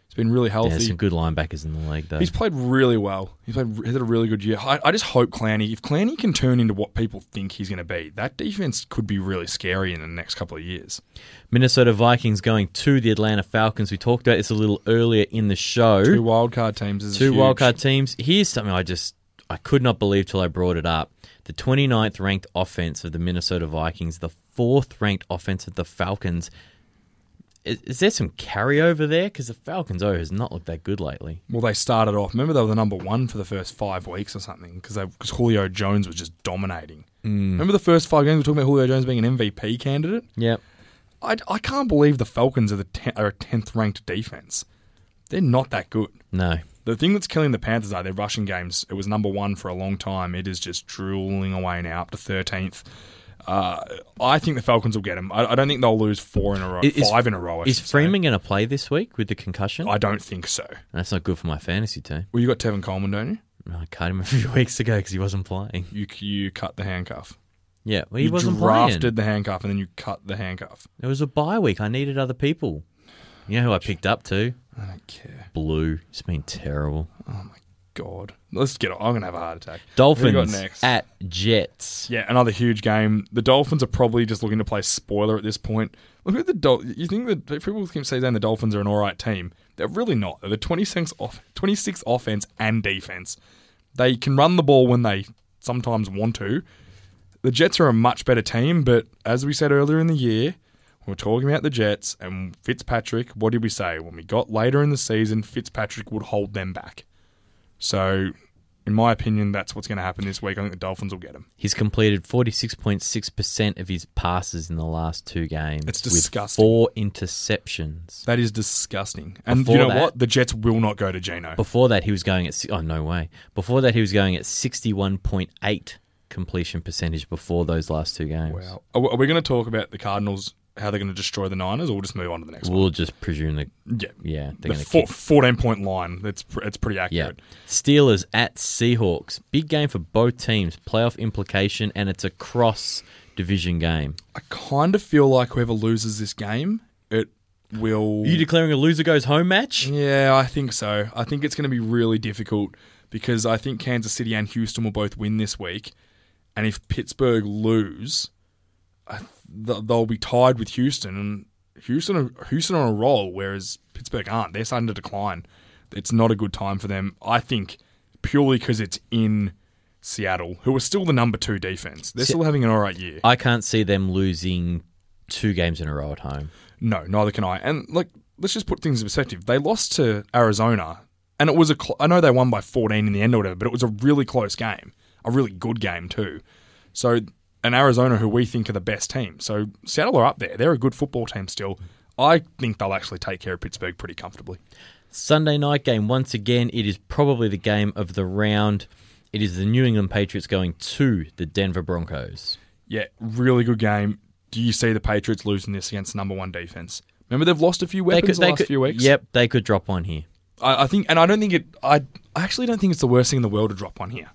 [SPEAKER 3] he's been really healthy.
[SPEAKER 2] There's some good linebackers in the league though.
[SPEAKER 3] He's played really well. He's played he's had a really good year. I, I just hope Clowney, if Clowney can turn into what people think he's going to be, that defense could be really scary in the next couple of years.
[SPEAKER 2] Minnesota Vikings going to the Atlanta Falcons. We talked about this a little earlier in the show.
[SPEAKER 3] Two wildcard teams is
[SPEAKER 2] Two
[SPEAKER 3] huge.
[SPEAKER 2] wildcard teams. Here's something I just I could not believe till I brought it up. The 29th ranked offense of the Minnesota Vikings, the fourth ranked offense of the Falcons. is, is there some carryover there? Because the Falcons O has not looked that good lately.
[SPEAKER 3] Well, they started off. Remember, they were the number one for the first five weeks or something because Julio Jones was just dominating.
[SPEAKER 2] Hmm.
[SPEAKER 3] Remember the first five games we were talking about Julio Jones being an MVP candidate?
[SPEAKER 2] Yep.
[SPEAKER 3] I, I can't believe the Falcons are the te- are a tenth ranked defense. They're not that good.
[SPEAKER 2] No.
[SPEAKER 3] The thing that's killing the Panthers are their rushing games. It was number one for a long time. It is just drooling away now, up to thirteenth. Uh, I think the Falcons will get them. I, I don't think they'll lose four in a row,
[SPEAKER 2] Is- is-
[SPEAKER 3] five in a row. I
[SPEAKER 2] Is
[SPEAKER 3] should say.
[SPEAKER 2] Freeman going to play this week with the concussion?
[SPEAKER 3] I don't think so.
[SPEAKER 2] That's not good for my fantasy team.
[SPEAKER 3] Well, you got Tevin Coleman, don't you?
[SPEAKER 2] I cut him a (laughs) few weeks ago because he wasn't playing.
[SPEAKER 3] You you cut the handcuff.
[SPEAKER 2] Yeah, well, he
[SPEAKER 3] you
[SPEAKER 2] wasn't
[SPEAKER 3] drafted
[SPEAKER 2] playing.
[SPEAKER 3] the handcuff and then you cut the handcuff.
[SPEAKER 2] It was a bye week. I needed other people. You know who I picked up too?
[SPEAKER 3] I don't care.
[SPEAKER 2] Blue. It's been terrible.
[SPEAKER 3] God, let's get. On. I'm gonna have a heart attack. Who
[SPEAKER 2] Dolphins
[SPEAKER 3] you got next?
[SPEAKER 2] at Jets.
[SPEAKER 3] yeah, another huge game. The Dolphins are probably just looking to play spoiler at this point. Look at the Dol- You think that if people keep saying the Dolphins are an all right team? They're really not. They're the 26th off, 26th offense and defense. They can run the ball when they sometimes want to. The Jets are a much better team, but as we said earlier in the year, we we're talking about the Jets and Fitzpatrick. What did we say? When we got later in the season, Fitzpatrick would hold them back. So, in my opinion, that's what's going to happen this week. I think the Dolphins will get him.
[SPEAKER 2] He's completed 46.6% of his passes in the last two games.
[SPEAKER 3] It's
[SPEAKER 2] with
[SPEAKER 3] disgusting.
[SPEAKER 2] four interceptions.
[SPEAKER 3] That is disgusting. And
[SPEAKER 2] Before
[SPEAKER 3] you know
[SPEAKER 2] that-
[SPEAKER 3] what? The Jets will not go to Geno.
[SPEAKER 2] Before that, he was going at si- oh no way. Before that, he was going at sixty one point eight completion percentage before those last two games.
[SPEAKER 3] Wow. Are we- are we going to talk about the Cardinals, how they're going to destroy the Niners, or we'll just move on to the next
[SPEAKER 2] We'll just presume that
[SPEAKER 3] one? Yeah.
[SPEAKER 2] yeah they're
[SPEAKER 3] The
[SPEAKER 2] going to
[SPEAKER 3] four,
[SPEAKER 2] kick.
[SPEAKER 3] 14 point line, that's, pr- that's pretty
[SPEAKER 2] Yeah,
[SPEAKER 3] accurate.
[SPEAKER 2] Steelers at Seahawks. Big game for both teams. Playoff implication, and it's a cross division game.
[SPEAKER 3] I kind of feel like whoever loses this game, it will.
[SPEAKER 2] Are you declaring a loser goes home match?
[SPEAKER 3] yeah, I think so. I think it's going to be really difficult because I think Kansas City and Houston will both win this week. And if Pittsburgh lose, I th- they'll be tied with Houston. And Houston, are, Houston are on a roll, whereas Pittsburgh aren't. They're starting to decline. It's not a good time for them. I think purely because it's in Seattle, who are still the number two defense. They're still having an all right year.
[SPEAKER 2] I can't see them losing two games in a row at home.
[SPEAKER 3] No, neither can I. And like, let's just put things in perspective. They lost to Arizona, and it was a. Cl- I know they won by fourteen in the end or whatever, but it was a really close game, a really good game too. So, and Arizona, who we think are the best team, so Seattle are up there. They're a good football team still. I think they'll actually take care of Pittsburgh pretty comfortably.
[SPEAKER 2] Sunday night game, once again, it is probably the game of the round. It is the New England Patriots going to the Denver Broncos.
[SPEAKER 3] Yeah, really good game. Do you see the Patriots losing this against the number one defense? Remember they've lost a few weapons the last few weeks.
[SPEAKER 2] Yep, they could drop one here.
[SPEAKER 3] I, I think, and I don't think it. I, I actually don't think it's the worst thing in the world to drop one here.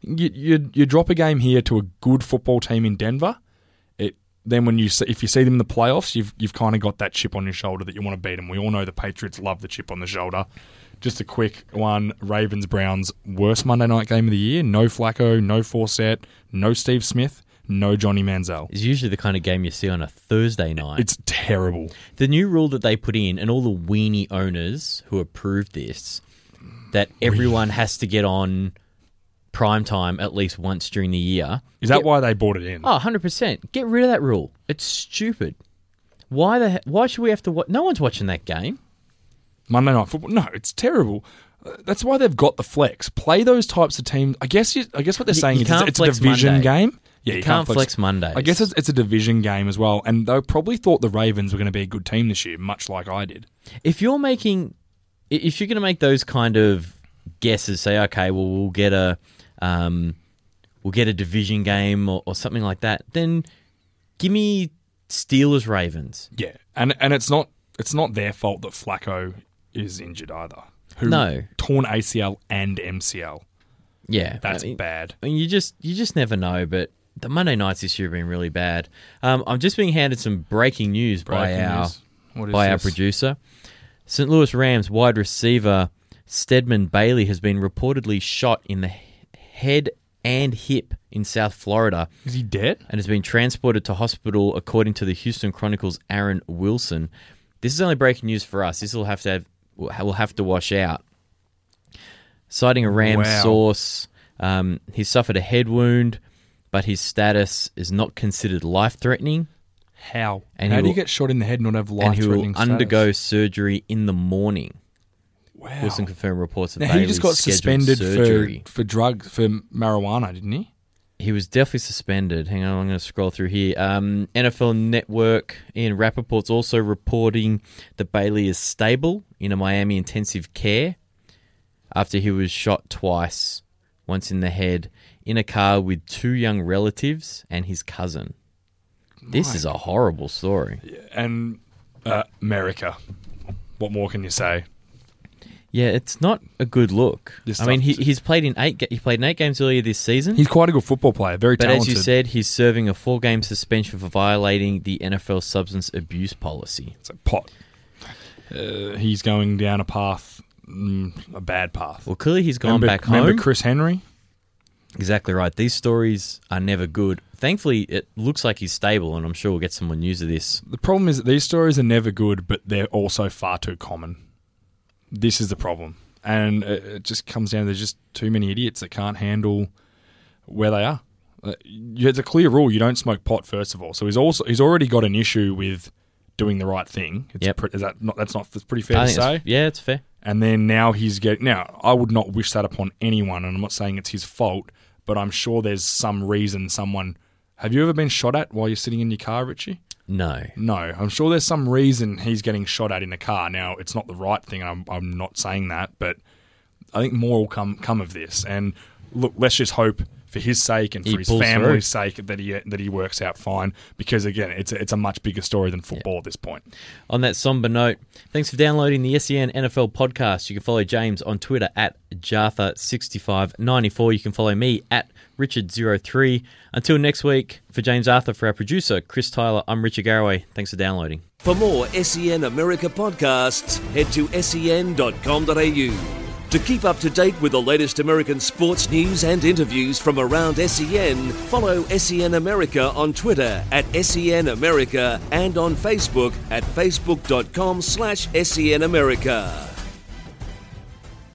[SPEAKER 3] You, you you drop a game here to a good football team in Denver. It then when you see, if you see them in the playoffs, you've you've kind of got that chip on your shoulder that you want to beat them. We all know the Patriots love the chip on the shoulder. Just a quick one: Ravens Browns worst Monday night game of the year. No Flacco, no Forsett, no Steve Smith, no Johnny Manziel.
[SPEAKER 2] It's usually the kind of game you see on a Thursday night.
[SPEAKER 3] It's terrible.
[SPEAKER 2] the new rule that they put in, and all the weenie owners who approved this, that everyone has to get on prime time at least once during the year.
[SPEAKER 3] Is that why they bought it in?
[SPEAKER 2] Oh, 100%. Get rid of that rule. It's stupid. Why the he- why should we have to watch? No one's watching that game.
[SPEAKER 3] Monday Night Football. No, it's terrible. Uh, That's why they've got the flex. Play those types of teams. I guess. You, I guess what they're
[SPEAKER 2] You-
[SPEAKER 3] saying
[SPEAKER 2] you
[SPEAKER 3] is it's-
[SPEAKER 2] can't
[SPEAKER 3] it's a
[SPEAKER 2] flex
[SPEAKER 3] division
[SPEAKER 2] Monday.
[SPEAKER 3] game. Yeah,
[SPEAKER 2] You can't flex Mondays.
[SPEAKER 3] I guess it's, it's a division game as well. And they probably thought the Ravens were going to be a good team this year, much like I did.
[SPEAKER 2] if you're making i- if you're going to make those kind of guesses say okay well we'll get a um, we'll get a division game or, or something like that then give me steelers ravens
[SPEAKER 3] Yeah, and and it's not it's not their fault that Flacco is injured either. Who
[SPEAKER 2] No.
[SPEAKER 3] torn ACL and MCL.
[SPEAKER 2] yeah
[SPEAKER 3] That's
[SPEAKER 2] I mean,
[SPEAKER 3] bad.
[SPEAKER 2] I mean, you just you just never know but the monday nights this year have been really bad um, i'm just being handed some breaking news by
[SPEAKER 3] Breaking
[SPEAKER 2] our
[SPEAKER 3] news. What is
[SPEAKER 2] by our
[SPEAKER 3] this?
[SPEAKER 2] producer. St. Louis Rams wide receiver Stedman Bailey has been reportedly shot in the he- head and hip in South Florida
[SPEAKER 3] Is he dead?
[SPEAKER 2] and has been transported to hospital, according to the Houston Chronicle's Aaron Wilson. This is only breaking news for us. This will have to have, will have to wash out. Citing a Rams
[SPEAKER 3] Wow.
[SPEAKER 2] source, um, he suffered a head wound, but his status is not considered life threatening.
[SPEAKER 3] How?
[SPEAKER 2] And
[SPEAKER 3] How
[SPEAKER 2] he
[SPEAKER 3] do you
[SPEAKER 2] will-
[SPEAKER 3] get shot in the head and not have
[SPEAKER 2] and
[SPEAKER 3] life
[SPEAKER 2] who will
[SPEAKER 3] threatening
[SPEAKER 2] undergo surgery in the morning.
[SPEAKER 3] Wow.
[SPEAKER 2] Wilson confirmed reports of
[SPEAKER 3] Now, he
[SPEAKER 2] Bailey's
[SPEAKER 3] just got
[SPEAKER 2] scheduled
[SPEAKER 3] suspended
[SPEAKER 2] surgery.
[SPEAKER 3] for for drug for marijuana, didn't he?
[SPEAKER 2] He was definitely suspended. Hang on, I'm going to scroll through here. Um, NFL Network in Rappaport's also reporting that Bailey is stable in a Miami intensive care after he was shot twice, once in the head, in a car with two young relatives and his cousin. This is a horrible story.
[SPEAKER 3] And uh, America. What more can you say?
[SPEAKER 2] Yeah, it's not a good look.
[SPEAKER 3] This
[SPEAKER 2] I mean, he,
[SPEAKER 3] stuff-
[SPEAKER 2] he's played in eight. ga- He played in eight games earlier this season.
[SPEAKER 3] He's quite a good football player, very
[SPEAKER 2] But
[SPEAKER 3] talented.
[SPEAKER 2] as you said, he's serving a four game suspension for violating the NFL substance abuse policy.
[SPEAKER 3] it's a pot. Uh, he's going down a path, mm, a bad path.
[SPEAKER 2] Well, clearly he's gone
[SPEAKER 3] remember,
[SPEAKER 2] back home.
[SPEAKER 3] remember Chris Henry?
[SPEAKER 2] Exactly right. These stories are never good. Thankfully, it looks like he's stable, and I'm sure we'll get some more news of this.
[SPEAKER 3] The problem is that these stories are never good, but they're also far too common. This is the problem, and it, it just comes down to there's just too many idiots that can't handle where they are. Uh, you- It's a clear rule: you don't smoke pot. First of all, so he's also he's already got an issue with doing the right thing. It's
[SPEAKER 2] Yep.
[SPEAKER 3] pre- is that not, that's not that's pretty fair
[SPEAKER 2] I
[SPEAKER 3] to
[SPEAKER 2] think
[SPEAKER 3] say.
[SPEAKER 2] that's- yeah, it's fair.
[SPEAKER 3] and then now he's getting now i would not wish that upon anyone and i'm not saying it's his fault but i'm sure there's some reason someone have you ever been shot at while you're sitting in your car richie
[SPEAKER 2] No.
[SPEAKER 3] no i'm sure there's some reason he's getting shot at in a car now it's not the right thing and i'm, I'm not saying that but i think more will come come of this and look let's just hope for his sake and for
[SPEAKER 2] He
[SPEAKER 3] his
[SPEAKER 2] pulls
[SPEAKER 3] family's sake that he that he works out fine because again it's a, it's a much bigger story than football at this point
[SPEAKER 2] On that somber note, thanks for downloading the E SEN NFL podcast. You can follow James on Twitter at Jartha6594. You can follow me at Richard03. Until next week, for James Arthur, for our producer, Chris Tyler, I'm Richard Garraway. Thanks for downloading.
[SPEAKER 1] For more SEN America podcasts, head to E sen.com.au. To keep up to date with the latest American sports news and interviews from around SEN, follow SEN America on Twitter at E SEN E America and on Facebook at facebook.com slash SEN America.